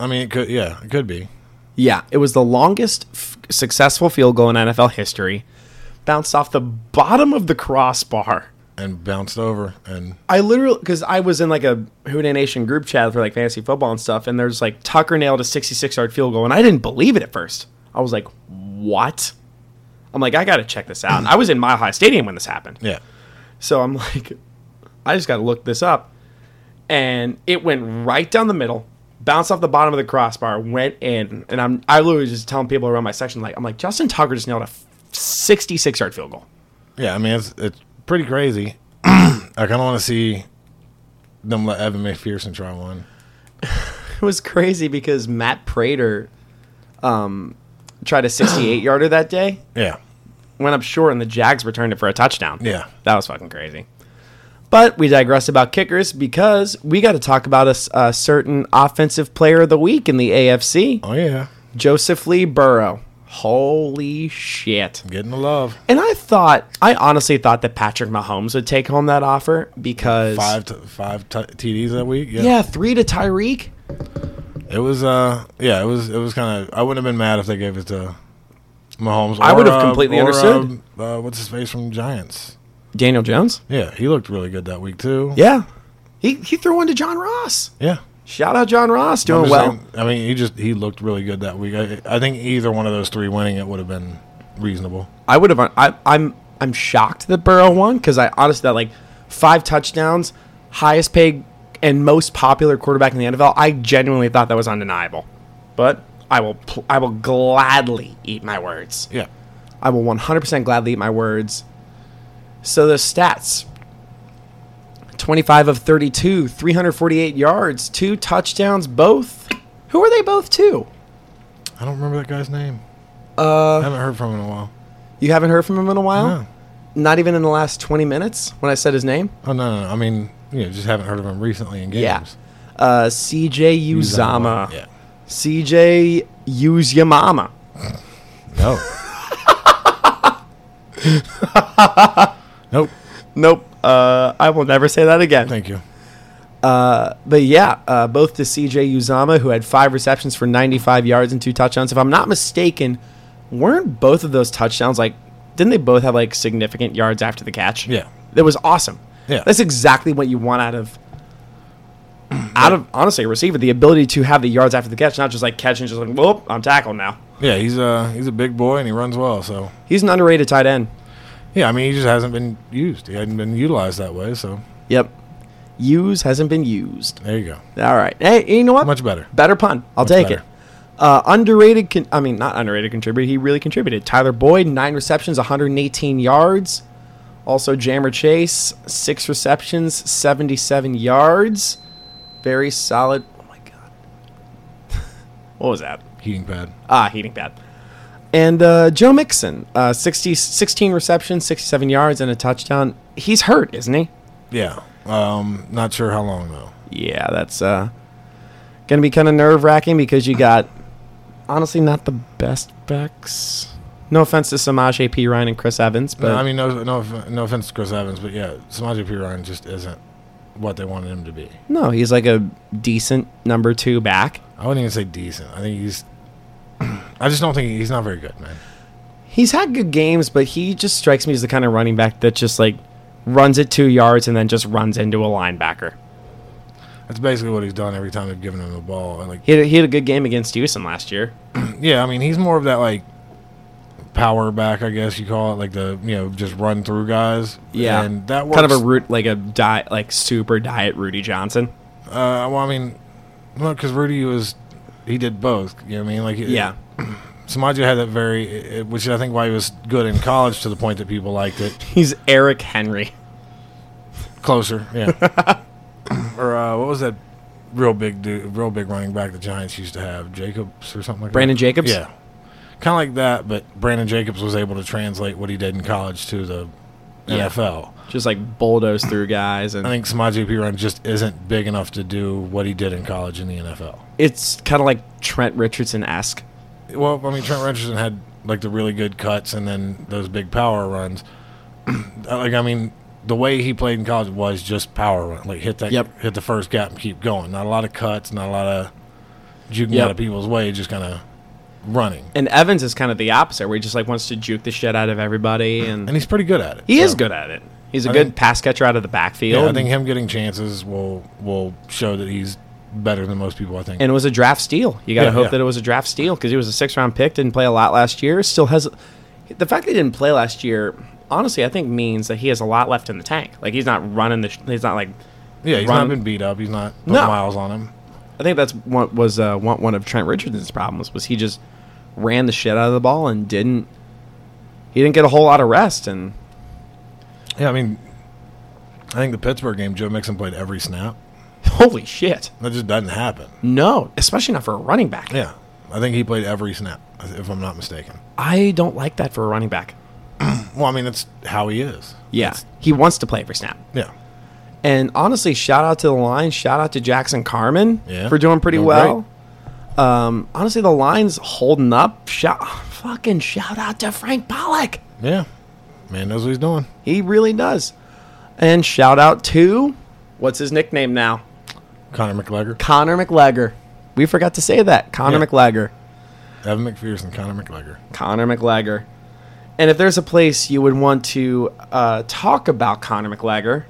I mean, it could yeah, it could be. Yeah, it was the longest f- successful field goal in NFL history. Bounced off the bottom of the crossbar. And bounced over, and I literally because I was in like a Houday Nation group chat for like fantasy football and stuff, and there's like Tucker nailed a 66 yard field goal, and I didn't believe it at first. I was like, "What?" I'm like, "I got to check this out." And I was in Mile High Stadium when this happened. yeah, So I'm like, I just got to look this up. And it went right down the middle, bounced off the bottom of the crossbar, went in. And I'm I literally was just telling people around my section, like, I'm like, Justin Tucker just nailed a 66 yard field goal. Yeah, I mean it's it's pretty crazy. I kind of want to see them let Evan McPherson try one. It was crazy because Matt Prater um, tried a 68 yarder that day, Yeah, went up short, and the Jags returned it for a touchdown. Yeah. That was fucking crazy. But we digress about kickers because we got to talk about a, s- a certain offensive player of the week in the AFC, oh yeah, Joseph Lee Burrow. Holy shit. getting the love And I thought, I honestly thought that Patrick Mahomes would take home that offer because five t- five t- TDs that week. Yeah. yeah, three to Tyreek. it was uh yeah it was it was kind of I wouldn't have been mad if they gave it to Mahomes. I or, would have uh, completely or, understood. Uh, uh, what's his face from Giants? Daniel Jones. Yeah, he looked really good that week too. Yeah, he he threw one to John Ross. yeah. Shout out John Ross, I'm doing just Oh, well. saying- I mean, he just he looked really good that week. I, I think either one of those three winning it would have been reasonable. I would have. I, I'm I'm shocked that Burrow won because I honestly that like five touchdowns, highest paid and most popular quarterback in the NFL. I genuinely thought that was undeniable, but I will pl- I will gladly eat my words. Yeah. I will 100% gladly eat my words. So the stats 25 of 32, 348 yards, two touchdowns, both. Who are they both to? I don't remember that guy's name. Uh, I haven't heard from him in a while. You haven't heard from him in a while? No. Not even in the last 20 minutes when I said his name? Oh no, no, no. I mean, you know, just haven't heard of him recently in games. Yeah. Uh, CJ Uzama. Yeah. CJ Uzamama. No. nope. Nope. Uh, I will never say that again. Thank you. But yeah, uh, both to CJ Uzama, who had five receptions for 95 yards and two touchdowns. If I'm not mistaken, weren't both of those touchdowns like, didn't they both have like significant yards after the catch? Yeah. That was awesome. Yeah. That's exactly what you want out of, out of, honestly, a receiver the ability to have the yards after the catch, not just like catching, just like, whoop, I'm tackled now. Yeah, he's uh he's a big boy and he runs well. So He's an underrated tight end. yeah, I mean, he just hasn't been used. He hadn't been utilized that way. So Yep. Use hasn't been used. there you go. All right. Hey, you know what? Much better. Better pun. I'll Much take better. it. Uh, underrated. Con- I mean, not underrated contributor. He really contributed. Tyler Boyd, nine receptions, 118 yards. Also, Jammer Chase, six receptions, 77 yards. Very solid. Oh my god. what was that? Heating pad. Ah, heating pad. And uh, Joe Mixon, uh, 60, 16 receptions, 67 yards, and a touchdown. He's hurt, isn't he? Yeah. Um, not sure how long though. yeah, that's uh, gonna be kind of nerve wracking because you got honestly not the best backs. No offense to Samaj P. Ryan and Chris Evans, but No, Uh, I mean, no, no, off- no offense to Chris Evans, but yeah, Samaje P. Ryan just isn't what they wanted him to be. no, he's like a decent number two back. I wouldn't even say decent. I think he's. I just don't think he's not very good, man. He's had good games, but he just strikes me as the kind of running back that just like runs it two yards and then just runs into a linebacker. That's basically what he's done every time they've given him the ball. And like, He had a, he had a good game against Houston last year. yeah, I mean, he's more of that like power back, I guess you call it, like the you know just run through guys. and that works. kind of a root like a diet like super diet Rudy Johnson. Uh, well, I mean, look, because Rudy was he did both. You know what I mean? Like, it- Yeah, Samaje had that very, it- which I think why he was good in college to the point that people liked it. he's Eric Henry. Closer, yeah. or uh, what was that real big dude, real big running back the Giants used to have, Jacobs or something like Brandon that? Jacobs? Yeah, kind of like that, but Brandon Jacobs was able to translate what he did in college to the Yeah. NFL. just like bulldoze through guys and I think Samaje Perine just isn't big enough to do what he did in college in the NFL. it's kind of like Trent Richardson esque. Well, I mean, Trent Richardson had like the really good cuts and then those big power runs. like, I mean, the way he played in college was just power run, like hit that, Yep. hit the first gap and keep going. Not a lot of cuts, not a lot of juking Yep. out of people's way, just kind of running. And Evans is kind of the opposite, where he just like wants to juke the shit out of everybody, and, And he's pretty good at it. he is so- good at it. He's a I good think- pass catcher out of the backfield. Yeah, I think him getting chances will will show that he's better than most people. I think. and it was a draft steal. You got to Yeah, hope yeah. that it was a draft steal because he was a six round pick, didn't play a lot last year. Still has the fact that he didn't play last year. Honestly, I think means that he has a lot left in the tank. Like he's not running the. Sh- he's not like. yeah, he's not run- been beat up. He's not put No. miles on him. I think that's what was uh, one one of Trent Richardson's problems was he just ran the shit out of the ball and didn't he didn't get a whole lot of rest and Yeah, I mean, I think the Pittsburgh game, Joe Mixon played every snap. Holy shit. That just doesn't happen. No, especially not for a running back. Yeah, I think he played every snap, if I'm not mistaken. I don't like that for a running back. Well, I mean, that's how he is. Yeah. he wants to play every snap. Yeah. And honestly, shout out to the line. Shout out to Jackson Carmen Yeah. for doing pretty Doing well. Um, honestly, the line's holding up. Shout, fucking shout out to Frank Pollock. Yeah. Man knows what he's doing. He really does. And shout out to what's his nickname now? Connor McGregor, Connor McLegger. We forgot to say that. Connor Yeah. McLegger. Evan McPherson, Connor McGregor. Connor McLegger. And if there's a place you would want to uh, talk about Connor McLegger,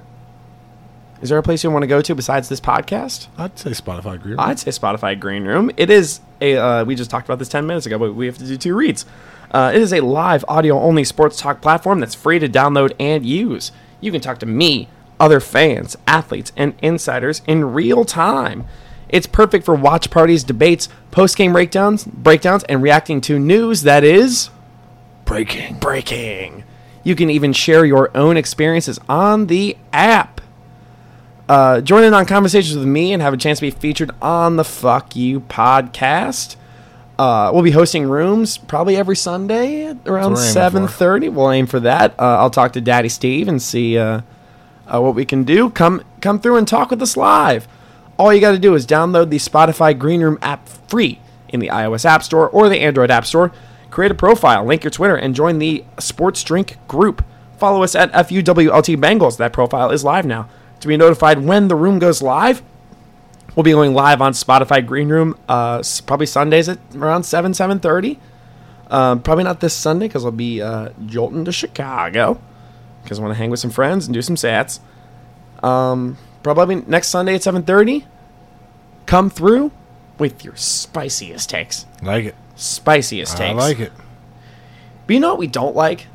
is there a place you want to go to besides this podcast? I'd say Spotify group. I'd say Spotify Green Room. It is a. Uh, we just talked about this ten minutes ago, but we have to do two reads. Uh, it is a live audio-only sports talk platform that's free to download and use. You can talk to me, other fans, athletes, and insiders in real time. It's perfect for watch parties, debates, post-game breakdowns, breakdowns, and reacting to news that is breaking. Breaking. You can even share your own experiences on the app uh, join in on conversations with me and have a chance to be featured on the Fuck You podcast. Uh, we'll be hosting rooms probably every Sunday at That's around what we're aiming seven thirty. We'll aim for that. Uh, I'll talk to Daddy Steve and see uh, uh, what we can do. Come come through and talk with us live. All you got to do is download the Spotify Green Room app free in the iOS App Store or the Android App Store. Create a profile, link your Twitter, and join the Sports Drink group. Follow us at FUWLT Bengals. That profile is live now. To be notified when the room goes live, we'll be going live on Spotify Green Room uh, s- probably Sundays at around 7, 7.30. Um, probably not this Sunday because I'll be uh, jolting to Chicago because I want to hang with some friends and do some sats. Um, probably next Sunday at 7.30. Come through with your spiciest takes. like it. Spiciest I takes. like it. But you know what we don't like?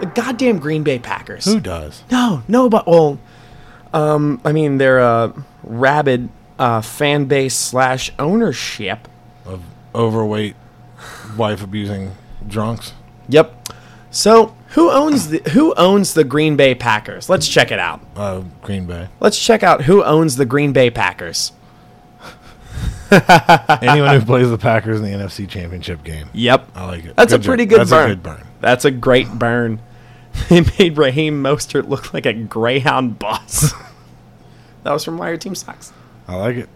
The goddamn Green Bay Packers. Who does? No, no, but well, um, I mean they're a rabid uh, fan base slash ownership. Of overweight, wife abusing drunks. Yep. So who owns the who owns the Green Bay Packers? Let's check it out. Uh, Green Bay. Let's check out who owns the Green Bay Packers. Anyone who plays the Packers in the NFC Championship game. Yep. I like it. That's Good a job. pretty good That's a burn. good burn. That's a great burn. They made Raheem Mostert look like a Greyhound bus. that was from Why Your Team Sucks. I like it.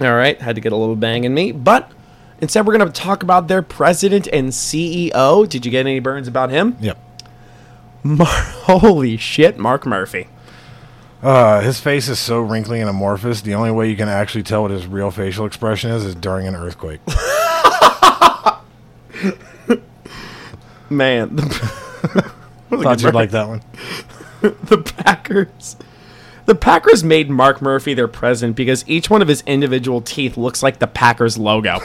All right, had to get a little bang in me, but instead we're going to talk about their president and CEO. Did you get any burns about him? Yep. Mar- Holy shit, Mark Murphy. Uh, his face is so wrinkly and amorphous. The only way you can actually tell what his real facial expression is is during an earthquake. Man, the, Thought you'd like that one. the Packers. The Packers made Mark Murphy their president because each one of his individual teeth looks like the Packers logo.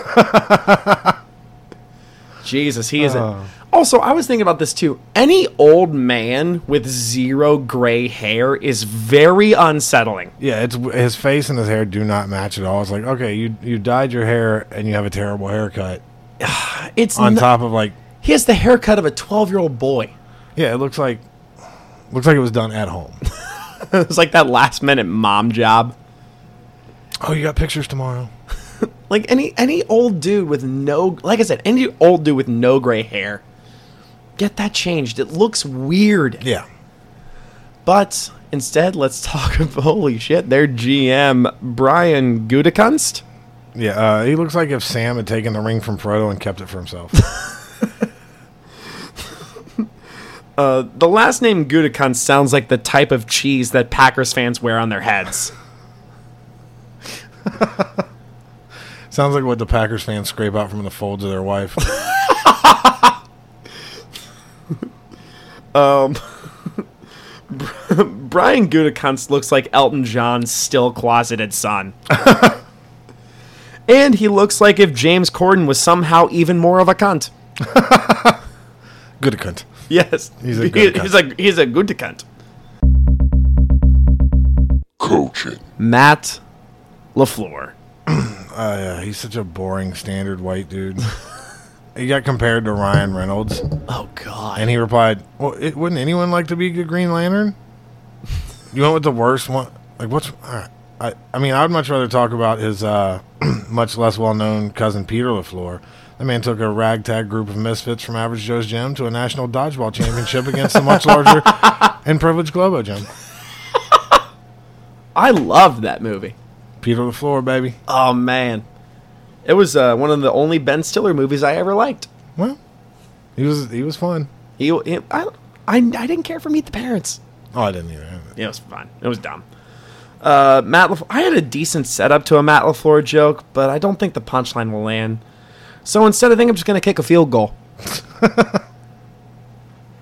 Jesus, he is. Oh. not Also, I was thinking about this too. Any old man with zero gray hair is very unsettling. Yeah, it's his face and his hair do not match at all. It's like okay, you you dyed your hair and you have a terrible haircut It's on n- top of like He has the haircut of a 12 year old boy. yeah, it looks like looks like it was done at home. It's like that last minute mom job. oh, you got pictures tomorrow. Like any any old dude with no like I said, any old dude with no gray hair. Get that changed. It looks weird. Yeah, But instead, let's talk of holy shit, their GM Brian Gutekunst. yeah. Uh, he looks like if Sam had taken the ring from Fredo and kept it for himself. The last name Gutekunst sounds like the type of cheese that Packers fans wear on their heads. Sounds like what the Packers fans scrape out from the folds of their wife. Brian Gutekunst looks like Elton John's still closeted son. and he looks like if James Corden was somehow even more of a cunt. Good cunt. Yes. He's a He- good he's a he's a good cunt. Coaching. Matt LaFleur. Uh, yeah, he's such a boring standard white dude. he got compared to Ryan Reynolds, Oh God. and he replied, "Well, it, wouldn't anyone like to be the Green Lantern? You went with the worst one. Like, what's? I, I, I mean, I'd much rather talk about his uh, much less well-known cousin Peter Lafleur." That man took a ragtag group of misfits from Average Joe's gym to a national dodgeball championship against the much larger and privileged Globo gym. I loved that movie. Peter Lafleur, baby. Oh man, it was uh, one of the only Ben Stiller movies I ever liked. Well, he was he was fun. He, he- I, I, I didn't care for Meet the Parents. Oh, I didn't even. Have it. It was fun. It was dumb. Uh, Matt, LaFleur, I had a decent setup to a Matt Lafleur joke, but I don't think the punchline will land. So instead, I think I'm just gonna kick a field goal.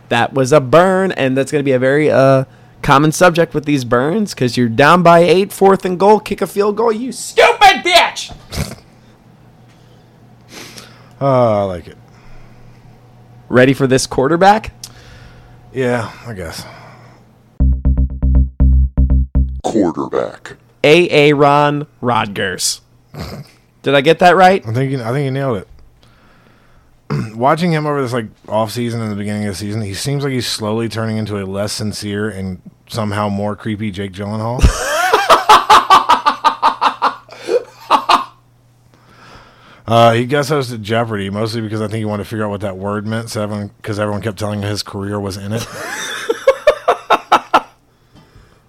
that was a burn, and that's gonna be a very uh common subject with these burns because you're down by eight, fourth and goal, kick a field goal. You stupid bitch. Oh, I like it. Ready for this quarterback? Yeah, I guess. Quarterback. Aaron Rodgers. Did I get that right? I think you, I think you nailed it. Watching him over this like off season and the beginning of the season, he seems like he's slowly turning into a less sincere and somehow more creepy Jake Gyllenhaal. Uh, he guest hosted Jeopardy mostly because I think he wanted to figure out what that word meant, so everyone because everyone kept telling him his career was in it.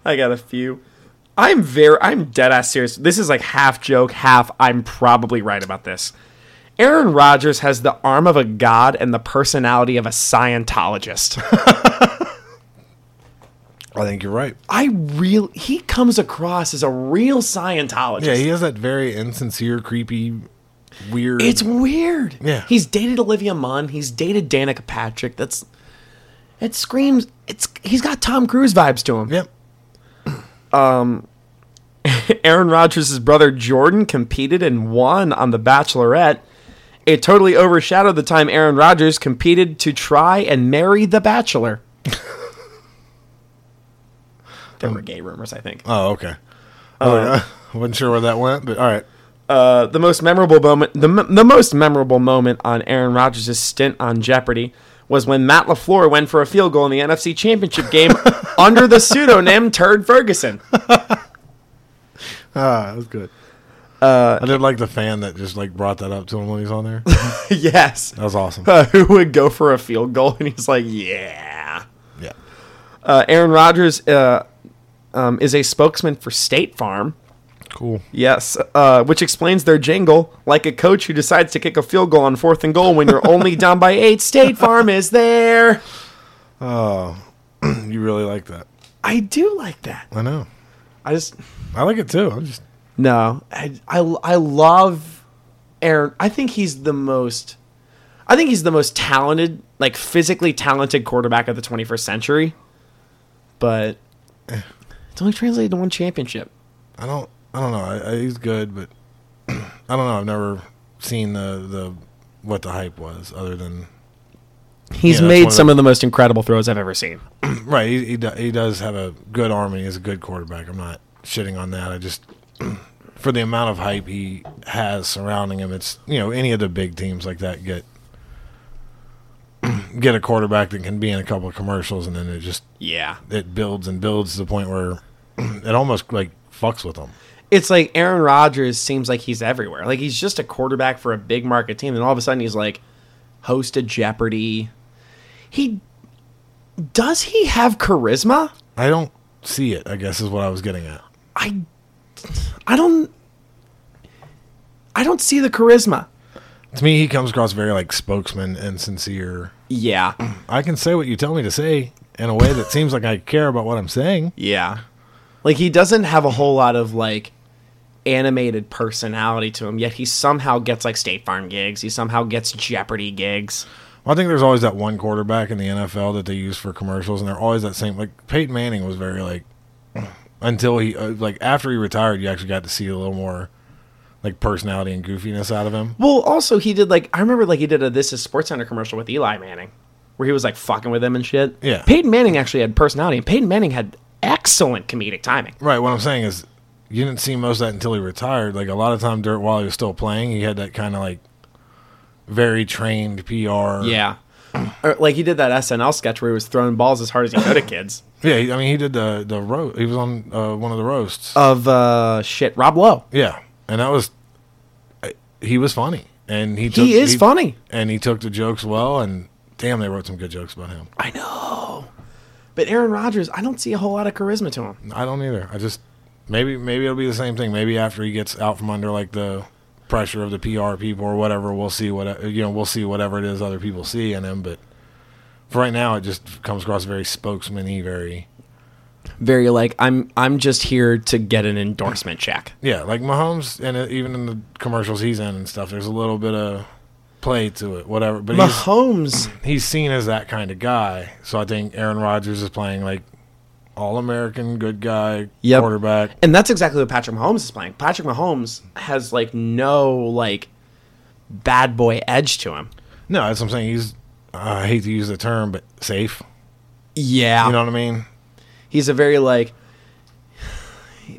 I got a few. I'm very, I'm dead ass serious. This is like half joke, half I'm probably right about this. Aaron Rodgers has the arm of a god and the personality of a Scientologist. I think you're right. I real he comes across as a real Scientologist. Yeah, he has that very insincere, creepy, weird. It's weird. Yeah. He's dated Olivia Munn. He's dated Danica Patrick. That's it screams. It's he's got Tom Cruise vibes to him. yep. Aaron Rodgers' brother Jordan competed and won on The Bachelorette. It totally overshadowed the time Aaron Rodgers competed to try and marry The Bachelor. there were gay rumors, I think. Oh, okay. Oh, yeah. wasn't sure where that went, but all right. Uh, the most memorable moment, the, m- the most memorable moment on Aaron Rodgers' stint on Jeopardy was when Matt LaFleur went for a field goal in the NFC Championship game under the pseudonym Turd Ferguson. Ah, that was good. I did like the fan that just like brought that up to him when he's on there. That yes. was awesome. Uh, who would go for a field goal? And he's like, yeah. yeah. Uh, Aaron Rodgers uh, um, is a spokesman for State Farm. Cool. Yes, uh, which explains their jingle. Like a coach who decides to kick a field goal on fourth and goal when you're only down by eight, State Farm is there. You really like that. I do like that. I know. I just I like it too. I'm just no. I I, I love Aaron. I think he's the most. I think he's the most talented, like physically talented quarterback of the 21st century. But it's only translated to one championship. I don't I don't know. I, I, he's good, but I don't know. I've never seen the the what the hype was other than He's Yeah, that's one made of some the- of the most incredible throws I've ever seen. right. He he, do, he does have a good arm and he is a good quarterback. I'm not shitting on that. I just for the amount of hype he has surrounding him, it's you know any of the big teams like that get get a quarterback that can be in a couple of commercials and then it just Yeah. it builds and builds to the point where it almost like fucks with them. It's like Aaron Rodgers seems like he's everywhere. Like he's just a quarterback for a big market team and all of a sudden he's like host of Jeopardy. He does he have charisma? I don't see it. I guess is what I was getting at. I I don't I don't see the charisma. To me, he comes across very like spokesman and sincere. Yeah. I can say what you tell me to say in a way that seems like I care about what I'm saying. Yeah. Like he doesn't have a whole lot of like animated personality to him, yet he somehow gets like State Farm gigs. He somehow gets Jeopardy gigs. I think there's always that one quarterback in the NFL that they use for commercials, and they're always that same. Like Peyton Manning was very like until he uh, like after he retired, you actually got to see a little more like personality and goofiness out of him. Well, also he did like I remember like he did a This Is Sports Center commercial with Eli Manning, where he was like fucking with him and shit. Yeah. Peyton Manning actually had personality, and Peyton Manning had excellent comedic timing. Right. What I'm saying is, you didn't see most of that until he retired. Like a lot of time, Dirt while he was still playing, he had that kind of like very trained PR. Yeah, Yeah. or, like he did that SNL sketch where he was throwing balls as hard as he could at kids. yeah. he- I mean, he did the the roast. He was on uh, one of the roasts. Of uh shit, Rob Lowe. yeah, and that was I- he was funny, and he took, He is funny. and he took the jokes well. And damn, they wrote some good jokes about him. I know. But Aaron Rodgers, I don't see a whole lot of charisma to him. I don't either. I just maybe maybe it'll be the same thing. Maybe after he gets out from under like the pressure of the PR people or whatever, we'll see what uh, you know. We'll see whatever it is other people see in him. But for right now, it just comes across very spokesman-y, very Very like I'm I'm just here to get an endorsement check. yeah. Like Mahomes, and uh, even in the commercials he's in and stuff, there's a little bit of play to it, whatever. But he's, Mahomes he's seen as that kind of guy. So I think Aaron Rodgers is playing like all-American, good guy Yep. quarterback. And that's exactly what Patrick Mahomes is playing. Patrick Mahomes has like no like bad boy edge to him. No, that's what I'm saying. He's uh, I hate to use the term, but safe. Yeah. You know what I mean? He's a very like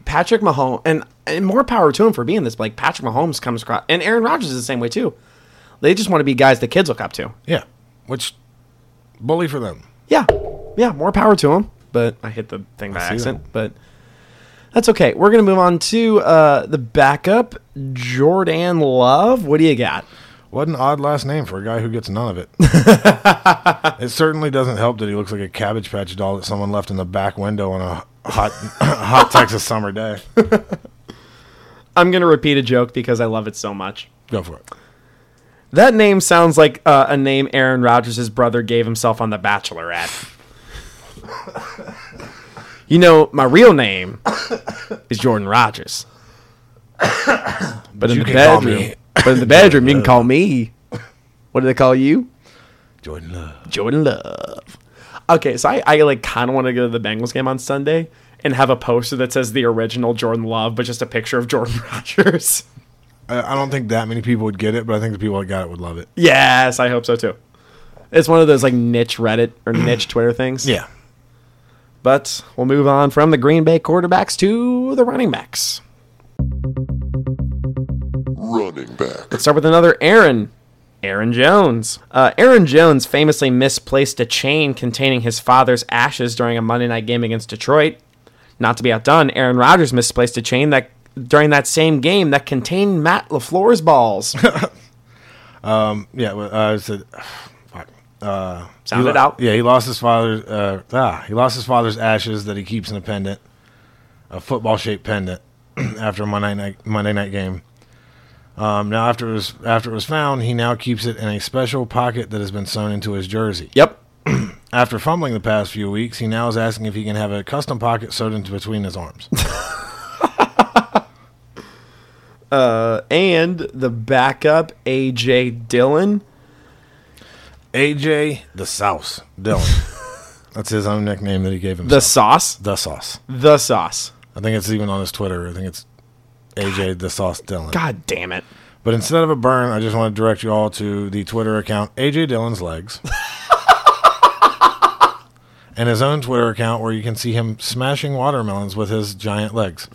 Patrick Mahomes and, and more power to him for being this. but, Like Patrick Mahomes comes across and Aaron Rodgers is the same way too. They just want to be guys the kids look up to. Yeah. Which bully for them. Yeah. Yeah, more power to him. But I hit the thing by I see accident, but that's okay. We're gonna move on to uh, the backup, Jordan Love. What do you got? What an odd last name for a guy who gets none of it. it certainly doesn't help that he looks like a cabbage patch doll that someone left in the back window on a hot hot Texas summer day. I'm gonna repeat a joke because I love it so much. Go for it. That name sounds like uh, a name Aaron Rodgers' brother gave himself on The Bachelorette. you know, my real name is Jordan Rogers. But in You the can call bedroom, me- but in the bedroom, you can call me. What do they call you? Jordan Love. Jordan Love. Okay, so I, I like kind of want to go to the Bengals game on Sunday and have a poster that says the original Jordan Love, but just a picture of Jordan Rogers. I, I don't think that many people would get it, but I think the people that got it would love it. Yes, I hope so too. It's one of those like niche Reddit or niche Twitter things. Yeah. But we'll move on from the Green Bay quarterbacks to the running backs. Running back. Let's start with another Aaron. Aaron Jones. Uh, Aaron Jones famously misplaced a chain containing his father's ashes during a Monday night game against Detroit. Not to be outdone, Aaron Rodgers misplaced a chain that during that same game that contained Matt LaFleur's balls. Yeah, well, uh, I said, fuck. Uh, Sound he it lo- out. Yeah, he lost his father's. Uh, ah, he lost his father's ashes that he keeps in a pendant, a football-shaped pendant, after a Monday night Monday night game. Um, now, after it was after it was found, he now keeps it in a special pocket that has been sewn into his jersey. yep. After fumbling the past few weeks, he now is asking if he can have a custom pocket sewed into between his arms. And the backup, A.J. Dillon. AJ the Sauce Dillon. That's his own nickname that he gave The himself. sauce. The Sauce. The sauce. I think it's even on his Twitter. I think it's AJ the Sauce Dillon. God damn it. But instead of a burn, I just want to direct you all to the Twitter account AJ Dillon's legs, and his own Twitter account where you can see him smashing watermelons with his giant legs.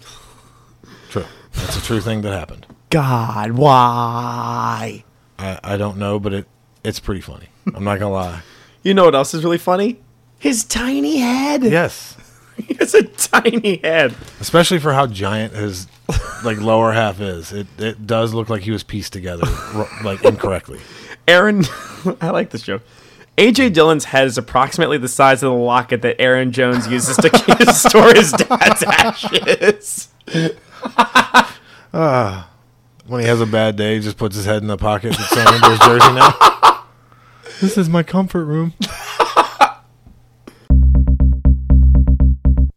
True, that's a true thing that happened. God, why? I, I don't know, but it it's pretty funny. I'm not gonna lie. You know what else is really funny? His tiny head. Yes, He has a tiny head. especially for how giant his like lower half is. It it does look like he was pieced together ro- like incorrectly. Aaron, I like this joke. AJ Dillon's head is approximately the size of the locket that Aaron Jones uses to keep- store his dad's ashes. when he has a bad day, he just puts his head in the pocket and sewn into his jersey now. This is my comfort room.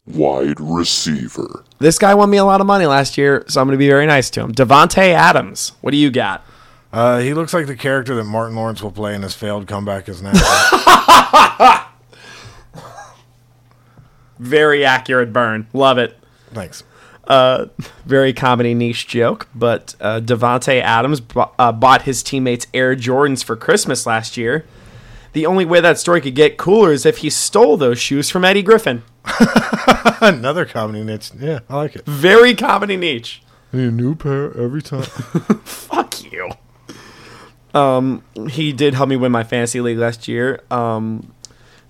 Wide receiver. This guy won me a lot of money last year, so I'm going to be very nice to him. Devonte Adams, what do you got? Uh, he looks like the character that Martin Lawrence will play in his failed comeback as now. Very accurate burn. Love it. Thanks. very comedy niche joke, but uh, Devonte Adams b- uh, bought his teammates Air Jordans for Christmas last year. The only way that story could get cooler is if he stole those shoes from Eddie Griffin. Another comedy niche. Yeah, I like it. Very comedy niche. Need a new pair every time. Fuck you. Um, he did help me win my fantasy league last year. Um,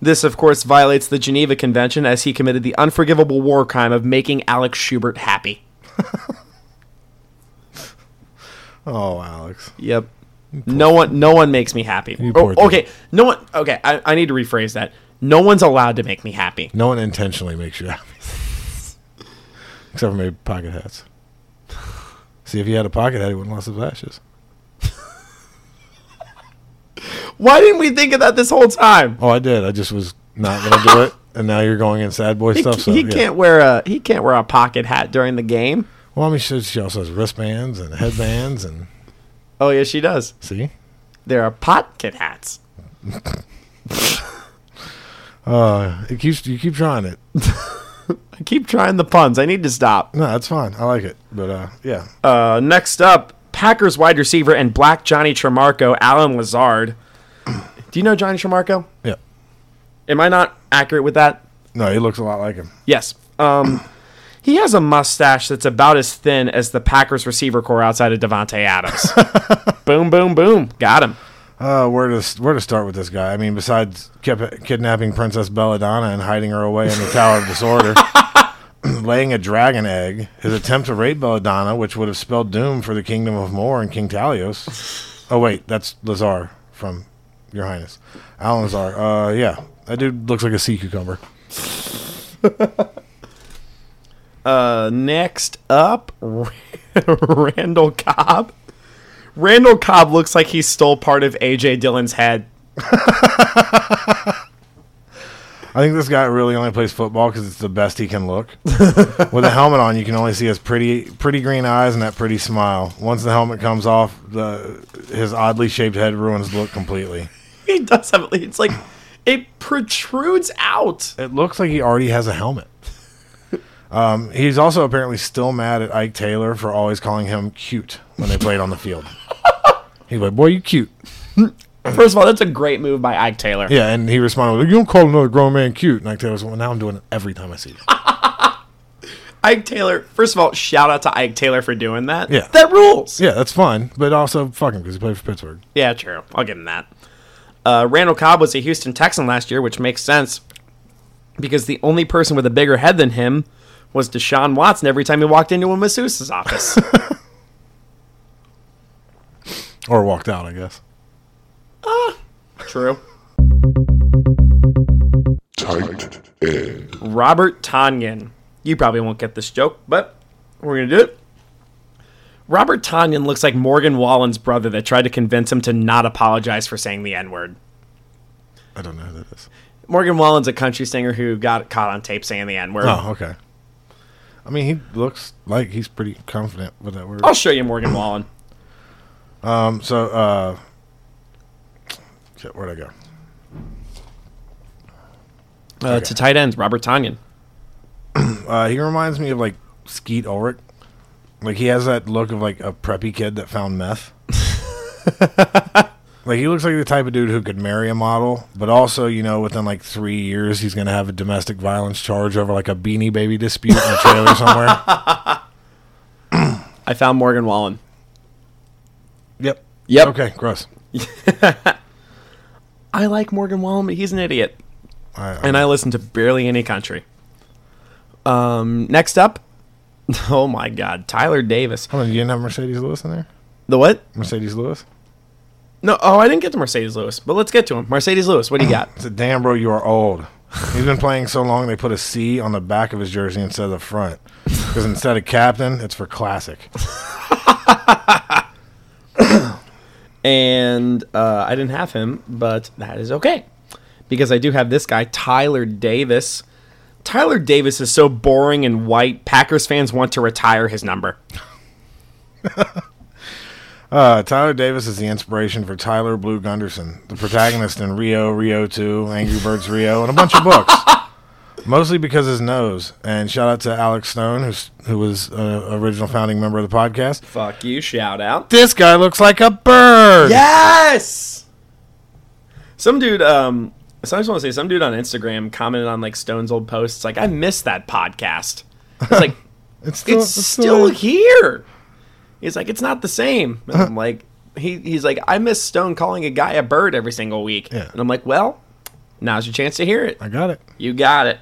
this, of course, violates the Geneva Convention as he committed the unforgivable war crime of making Alex Schubert happy. oh, Alex. Yep. No one, no one makes me happy. You Oh, poor thing. okay, no one. Okay, I, I need to rephrase that. No one's allowed to make me happy. No one intentionally makes you happy. Except for maybe pocket hats. See, if he had a pocket hat, he wouldn't lost his lashes. Why didn't we think of that this whole time? Oh, I did. I just was not going to do it. And now you're going in sad boy He, stuff. So, he yeah. can't wear a he can't wear a pocket hat during the game. Well, I mean, she, she also has wristbands and headbands. And Oh yeah, she does. see? There are pocket hats. Uh, it keeps You keep trying it. I keep trying the puns. I need to stop. No, that's fine. I like it. But uh, yeah. Uh, next up, Packers wide receiver and Black Johnny Tremarco, Alan Lazard. Do you know Johnny Tremarco? yeah. Am I not accurate with that? No, he looks a lot like him. Yes. Um, he has a mustache that's about as thin as the Packers receiver core outside of Devontae Adams. boom, boom, boom. Got him. Uh, where to where to start with this guy? I mean, besides kept kidnapping Princess Belladonna and hiding her away in the Tower of Disorder, laying a dragon egg, his attempt to rape Belladonna, which would have spelled doom for the Kingdom of Moor and King Talios. Oh wait, that's Lazar from Your Highness, Alan Lazar. Uh, yeah, that dude looks like a sea cucumber. Uh, next up, Randall Cobb. Randall Cobb looks like he stole part of AJ Dillon's head. I think this guy really only plays football because it's the best he can look. With a helmet on, you can only see his pretty, pretty green eyes and that pretty smile. Once the helmet comes off, the his oddly shaped head ruins the look completely. He does have it's like it protrudes out. It looks like he already has a helmet. Um, he's also apparently still mad at Ike Taylor for always calling him cute when they played on the field. He's like, "Boy, you cute." First of all, that's a great move by Ike Taylor. Yeah, and he responded, with, "You don't call another grown man cute." And Ike Taylor's, "Well, now I'm doing it every time I see you." Ike Taylor, first of all, shout out to Ike Taylor for doing that. Yeah. That rules. Yeah, that's fine, but also fuck him because he played for Pittsburgh. Yeah, true. I'll give him that. Uh, Randall Cobb was a Houston Texan last year, which makes sense because the only person with a bigger head than him was Deshaun Watson every time he walked into a masseuse's office. Or walked out, I guess. true. Tight end. Robert Tanyan. You probably won't get this joke, but we're going to do it. Robert Tanyan looks like Morgan Wallen's brother that tried to convince him to not apologize for saying the N word. I don't know who that is. Morgan Wallen's a country singer who got caught on tape saying the N word. Oh, okay. I mean, he looks like he's pretty confident with that word. I'll show you Morgan Wallen. Um, so, uh, shit, where'd I go? Uh, To tight ends, Robert Tanyan. Uh, he reminds me of like Skeet Ulrich. Like he has that look of like a preppy kid that found meth. like he looks like the type of dude who could marry a model, but also you know within like three years he's gonna have a domestic violence charge over like a beanie baby dispute in a trailer somewhere. I found Morgan Wallen. Yep. Yep. Okay. Gross. I like Morgan Wallen, but he's an idiot. I, I, And I listen to barely any country. Um, next up, oh my God, Tyler Davis. Hold on, you didn't have Mercedes Lewis in there? The what? Mercedes Lewis? No, oh, I didn't get to Mercedes Lewis, but let's get to him. Mercedes Lewis, what do you got? I said, damn, bro, you are old. He's been playing so long, they put a C on the back of his jersey instead of the front. Because instead of captain, it's for classic. and uh, I didn't have him, but that is okay because I do have this guy, Tyler Davis. Tyler Davis is so boring and white. Packers fans want to retire his number. Uh, Tyler Davis is the inspiration for Tyler Blue Gunderson, the protagonist in Rio, Rio 2, Angry Birds Rio, and a bunch of books. Mostly because his nose. And shout out to Alex Stone, who's, who was uh, original founding member of the podcast. Fuck you, shout out. This guy looks like a bird. Yes. Some dude um So I just want to say, some dude on Instagram commented on like Stone's old posts, like, "I miss that podcast." It's like It's still, it's still here. He's like, it's not the same. And I'm like, he, he's like, I miss Stone calling a guy a bird every single week. Yeah. And I'm like, well, now's your chance to hear it. I got it. You got it.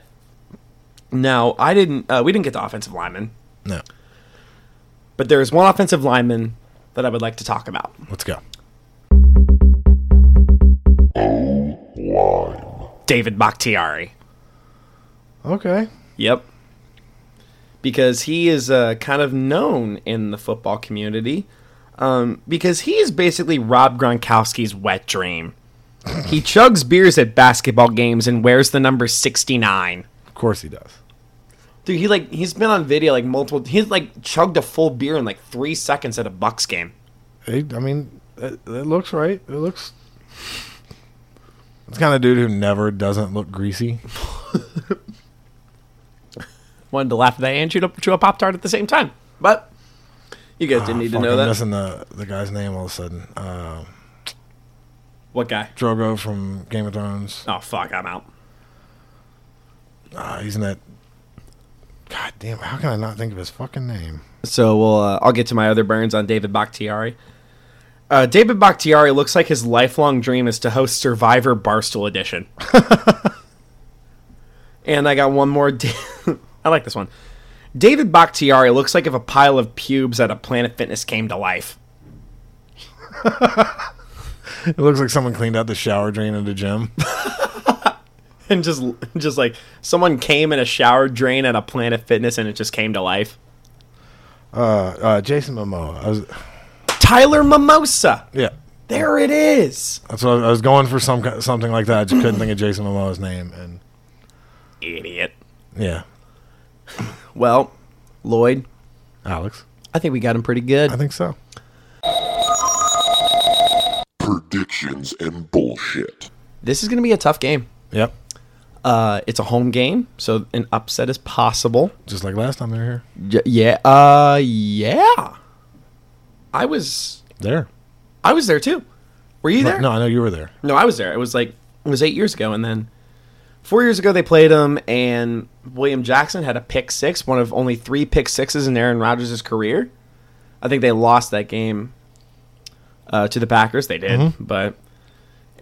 Now, I didn't, uh, we didn't get the offensive lineman, No, but there is one offensive lineman that I would like to talk about. let's go. Lime. David Bakhtiari. Okay. Yep. Because he is uh, kind of known in the football community. Um, because he is basically Rob Gronkowski's wet dream. he chugs beers at basketball games and wears the number 69. Of course he does. Dude, he like he's been on video like multiple he's like chugged a full beer in like 3 seconds at a Bucks game. They, I mean, it, it looks right. It looks. It's the kind of dude who never doesn't look greasy. Wanted to laugh at that and chew a, chew a pop tart at the same time. But you guys didn't need to Fuck, know I'm that. missing the the guy's name all of a sudden. Uh, What guy? Drogo from Game of Thrones. Oh fuck, I'm out. Uh, he's in that. God damn! How can I not think of his fucking name? So we'll, uh, I'll get to my other burns on David Bakhtiari. Uh, David Bakhtiari looks like his lifelong dream is to host Survivor Barstool Edition. and I got one more. Da- I like this one. David Bakhtiari looks like if a pile of pubes at a Planet Fitness came to life. It looks like someone cleaned out the shower drain in the gym. And just, just like someone came in a shower drain at a Planet Fitness and it just came to life. Uh, Jason Momoa. I was, Tyler Mimosa. yeah, There it is. that's what I was, I was going for. Some ki- something like that. I just couldn't think of Jason Momoa's name, and Idiot. yeah, Well, Lloyd, Alex. I think we got him pretty good. I think so. Predictions and bullshit. This is going to be a tough game. Yep. Uh, it's a home game, so an upset is possible. Just like last time they were here. Y- yeah, uh, yeah. I was, There. I was there too. Were you No, there? no, I know you were there. no, I was there. It was like it was eight years ago, and then four years ago they played him, and William Jackson had a pick six, one of only three pick sixes in Aaron Rodgers' career. I think they lost that game uh, to the Packers. They did, but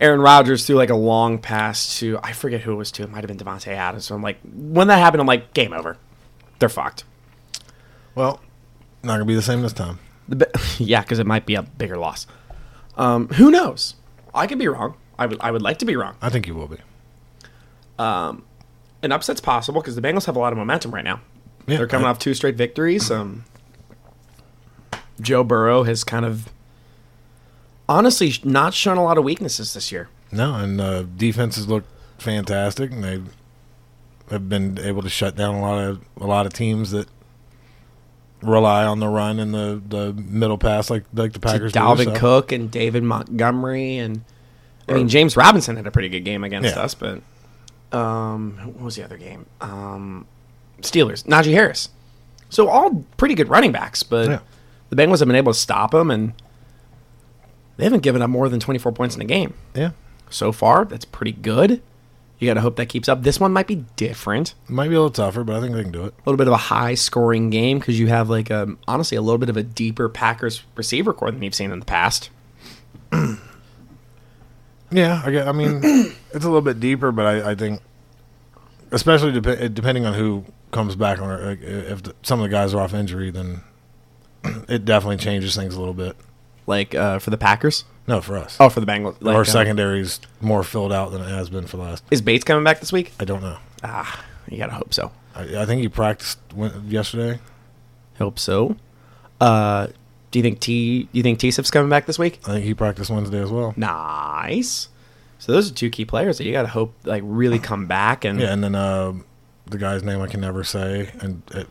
Aaron Rodgers threw like a long pass to I forget who it was to. It might have been Devontae Adams. So I'm like, when that happened, I'm like, game over. They're fucked. Well, not gonna be the same this time. The be- yeah, because it might be a bigger loss. Um, who knows? I could be wrong. I would I would like to be wrong. I think you will be. an upset's possible because the Bengals have a lot of momentum right now. Yeah, They're coming I- off two straight victories. Um, Joe Burrow has kind of honestly sh- not shown a lot of weaknesses this year. No, and uh, defenses look fantastic, and they have been able to shut down a lot of a lot of teams that rely on the run and the, the middle pass, like like the To Packers. do, Dalvin so- Cook and David Montgomery and I mean James Robinson had a pretty good game against Yeah. us, but um, what was the other game? Um, Steelers, Najee Harris. So all pretty good running backs, but Yeah. the Bengals have been able to stop them, and they haven't given up more than twenty four points in a game. Yeah, so far. That's pretty good. You got to hope that keeps up. This one might be different. it might be a little tougher, but I think they can do it. A little bit of a high scoring game because you have, like, um honestly, a little bit of a deeper Packers receiver core than you've seen in the past. Yeah, I, get, I mean, it's a little bit deeper, but I, I think, especially dep- it- depending on who comes back on, like, if the, some of the guys are off injury, then it definitely changes things a little bit. Like, uh, for the Packers. No, for us, Oh, for the Bengals. Like, our uh, secondary's more filled out than it has been for the last. Is Bates coming back this week? I don't know. Ah, you got to hope so. I, I think he practiced went, yesterday. Hope so. Uh, do you think T? You think T-Sip's coming back this week? I think he practiced Wednesday as well. Nice. So those are two key players that you got to hope like really come back and Yeah, and then uh, the guy's name I can never say, and it,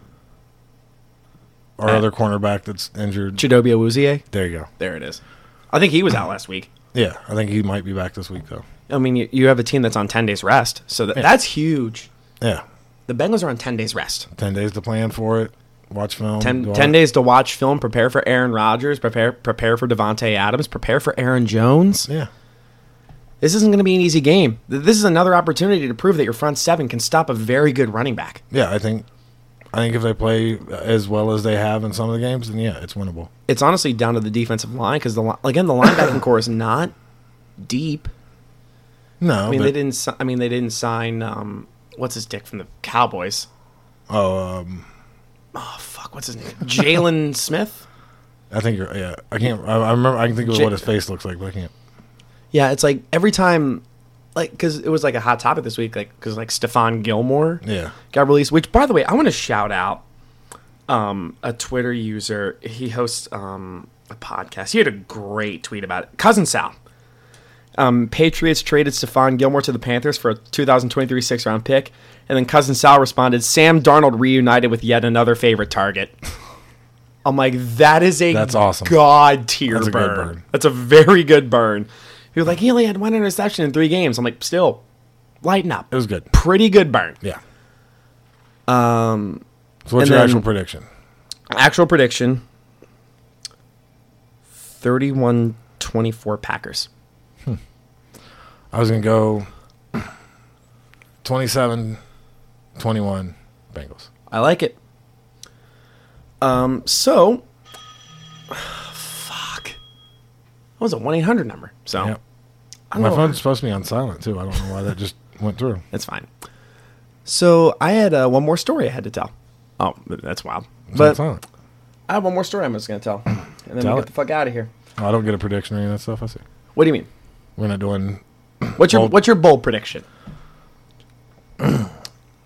our Uh, other cornerback that's injured. Chidobe Awuzie. There you go. There it is. I think he was out last week. Yeah, I think he might be back this week though. I mean, you, you have a team that's on 10 days rest. So that, that's huge. Yeah, The Bengals are on 10 days rest. ten days to plan for it. Watch film. 10, do all 10 that. days to watch film, prepare for Aaron Rodgers, prepare prepare for Devontae Adams, prepare for Aaron Jones. Yeah, This isn't going to be an easy game. Th- This is another opportunity to prove that your front seven can stop a very good running back. Yeah, I think, I think if they play as well as they have in some of the games, then yeah, it's winnable. It's honestly down to the defensive line because the li- again the linebacking core is not deep. No, I mean but, they didn't. si- I mean they didn't sign um, what's his dick from the Cowboys. Oh, Oh, um, Fuck, what's his name? Jalen Smith. I think you're. Yeah, I can't. I, I remember. I can think of J- what his face looks like, but I can't. Yeah, it's like every time, like, because it was like a hot topic this week, like, because like Stefan Gilmore Yeah. got released, which, by the way, I want to shout out um, a Twitter user. He hosts um, a podcast. He had a great tweet about it. Cousin Sal. Um, Patriots traded Stefan Gilmore to the Panthers for a 2023 six round pick. And then Cousin Sal responded, Sam Darnold reunited with yet another favorite target. I'm like, that is a That's awesome. god tier That's a good burn. burn. That's a very good burn. He was like, he only had one interception in three games. I'm like, still, lighten up. It was good. Pretty good burn. Yeah. Um. So what's Um, and your then- actual prediction? Actual prediction 31 24 Packers. I was gonna go 27, 21 Bengals. I like it. Um, so, fuck. That was a 1 800 number. So, Yep. I don't My know. phone's supposed to be on silent too. I don't know why that just went through. It's fine. So, I had uh, one more story I had to tell. Oh, that's wild. It's on But silent. I have one more story I'm just going to tell. And then Tell we it. get the fuck out of here. I don't get a prediction or any of that stuff. I see. What do you mean? We're not doing What's your Bold. what's your bold prediction?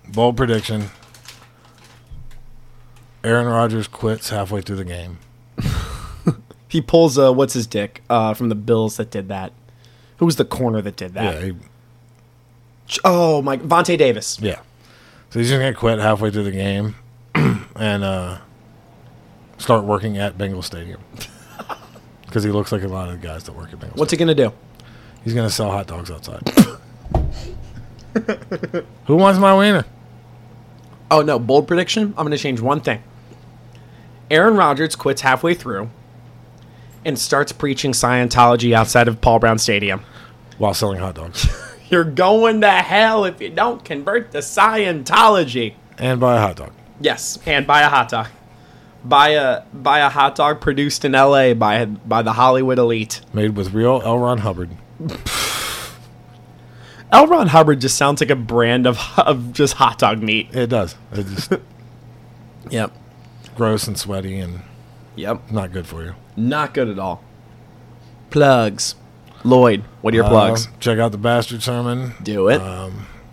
bold prediction. Aaron Rodgers quits halfway through the game. He pulls uh what's his dick uh from the Bills that did that. Who was the corner that did that? Yeah, he, Ch- Oh my, Vontae Davis. yeah. So he's just gonna quit halfway through the game and uh, start working at Bengal Stadium because he looks like a lot of the guys that work at Bengal. What's he gonna do? He's gonna sell hot dogs outside. Who wants my wiener? Oh no, bold prediction. I'm gonna change one thing. Aaron Rodgers quits halfway through and starts preaching Scientology outside of Paul Brown Stadium. While selling hot dogs You're going to hell if you don't convert to Scientology. and buy a hot dog. Yes, and buy a hot dog. Buy a buy a hot dog produced in L.A. by by the Hollywood elite. Made with real L. Ron Hubbard. L. Ron Hubbard just sounds like a brand of of just hot dog meat. It does. It's just Yep. gross and sweaty and Yep. not good for you. Not good at all. Plugs. Lloyd, what are your Uh, plugs? check out the Bastard Sermon. Do it. uh,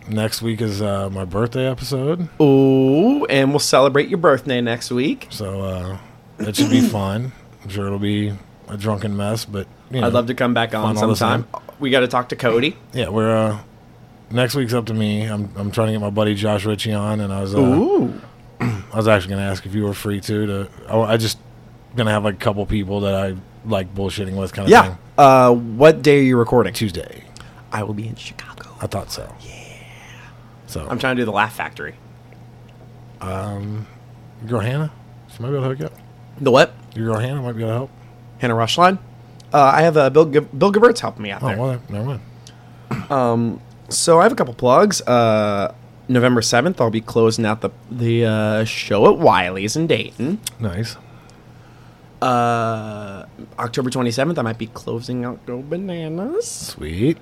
Next week is uh, my birthday episode, Ooh, and we'll celebrate your birthday next week. so uh, that should be fun. I'm sure it'll be a drunken mess, but you know, I'd love to come back on Fun all the sometime. We got to talk to Cody. Yeah, we're uh, next week's up to me. I'm I'm trying to get my buddy Josh Ritchie on, and I was uh, Ooh. I was actually going to ask if you were free too. To I, I just going to have like a couple people that I like bullshitting with, kind of Yeah. thing. Uh, what day are you recording? Tuesday, I will be in Chicago. I thought so. Yeah. So I'm trying to do the Laugh Factory. your girl Hannah, she might be able to hook you up. The what? Your girl Hannah might be able to help. Hannah Rushline. Uh, I have uh, Bill G- Bill Gilbert's helping me out Oh there. well, never mind. So I have a couple plugs. Uh, November seventh, I'll be closing out the the uh, show at Wiley's in Dayton. Nice. Uh, October twenty seventh, I might be closing out Go Bananas. Sweet.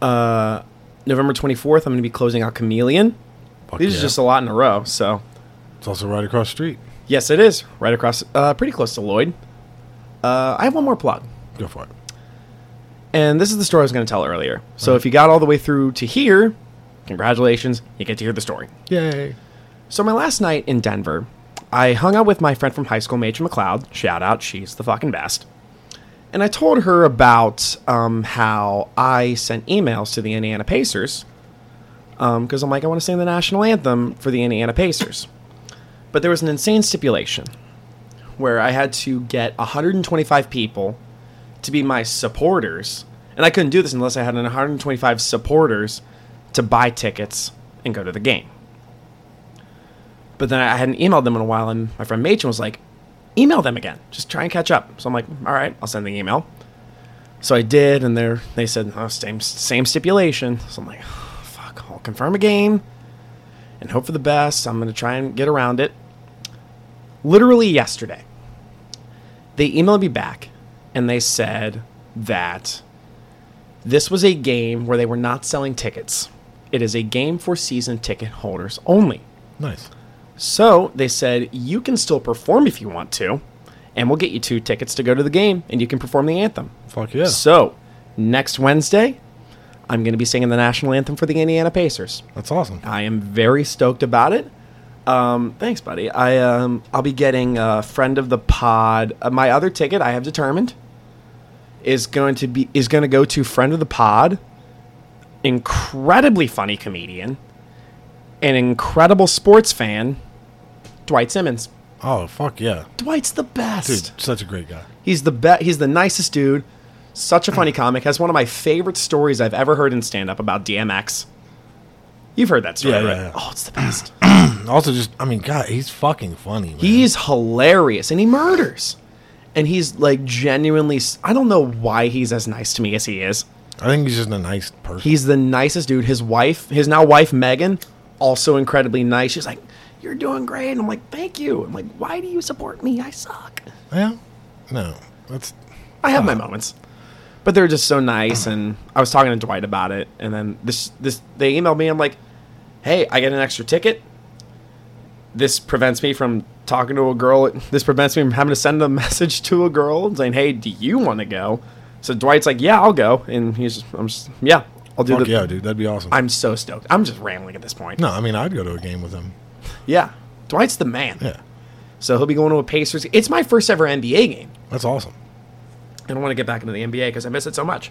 November twenty fourth, I'm going to be closing out Chameleon. Fuck These yeah. are just a lot in a row. So It's also right across the street. yes, it is right across, uh, pretty close to Lloyd. Uh, I have one more plug. Go for it. And this is the story I was going to tell earlier. So if you got all the way through to here, congratulations, you get to hear the story. Yay. So my last night in Denver, I hung out with my friend from high school, Major McLeod. Shout out, she's the fucking best. And I told her about um, how I sent emails to the Indiana Pacers because I'm like, I want to sing the national anthem for the Indiana Pacers. But there was an insane stipulation where I had to get 125 people to be my supporters. And I couldn't do this unless I had an 125 supporters to buy tickets and go to the game. But then I hadn't emailed them in a while, and my friend Machen was like, email them again. Just try and catch up. So I'm like, all right, I'll send the email. So I did, and they they said oh, same same stipulation. So I'm like, fuck, I'll confirm a game, and hope for the best. I'm gonna try and get around it. Literally yesterday, they emailed me back, and they said that this was a game where they were not selling tickets. It is a game for season ticket holders only. Nice. So they said, you can still perform if you want to, and we'll get you two tickets to go to the game, and you can perform the anthem. Fuck yeah. So next Wednesday, I'm going to be singing the national anthem for the Indiana Pacers. That's awesome. I am very stoked about it. Um, thanks, buddy. I um, I'll be getting a friend of the pod. Uh, my other ticket I have determined is going to be is going to go to friend of the pod, incredibly funny comedian, an incredible sports fan, Dwight Simmons. Oh fuck yeah, Dwight's the best. dude! Such a great guy. He's the be- he's the nicest dude. Such a funny comic. Has one of my favorite stories I've ever heard in stand up about DMX. You've heard that story, Yeah, yeah, right? yeah. Oh, it's the best. Also, just I mean, God, he's fucking funny. Man. He's hilarious and he murders. And he's like genuinely s- I don't know why he's as nice to me as he is. I think he's just a nice person. He's the nicest dude. His wife, his now wife Megan, also incredibly nice. She's like, "You're doing great." And I'm like, "Thank you." I'm like, "Why do you support me? I suck." yeah. No, that's I have Uh-huh. my moments, but they're just so nice. And I was talking to Dwight about it, and then this this they emailed me. I'm like, "Hey, I get an extra ticket. This prevents me from talking to a girl. This prevents me from having to send a message to a girl saying, "Hey, do you want to go?" So Dwight's like, "Yeah, I'll go," and he's just, I'm just yeah, I'll do fuck the yeah, dude. That'd be awesome. I'm so stoked. I'm just rambling at this point. no, I mean, I'd go to a game with him. Yeah. Dwight's the man. Yeah, So he'll be going to a Pacers. It's my first ever NBA game. that's awesome. and I want to get back into the NBA because I miss it so much.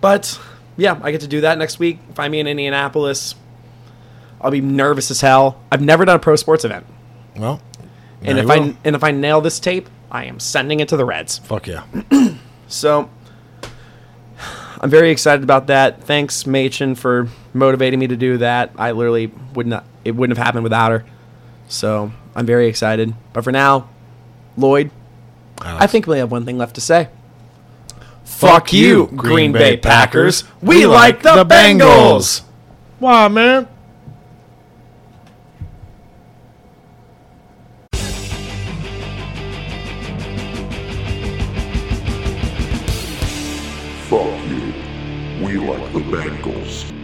But yeah, I get to do that next week. Find me in Indianapolis. I'll be nervous as hell. I've never done a pro sports event, Well, and there if you I go. and if I nail this tape, I am sending it to the Reds. fuck yeah, So I'm very excited about that. Thanks, Machen, for motivating me to do that. I literally would not it wouldn't have happened without her. So I'm very excited. But for now, Lloyd, I think we have one thing left to say. Fuck you, Green Bay Packers. We like the Bengals. Wow, man. Fuck you. We like the Bengals.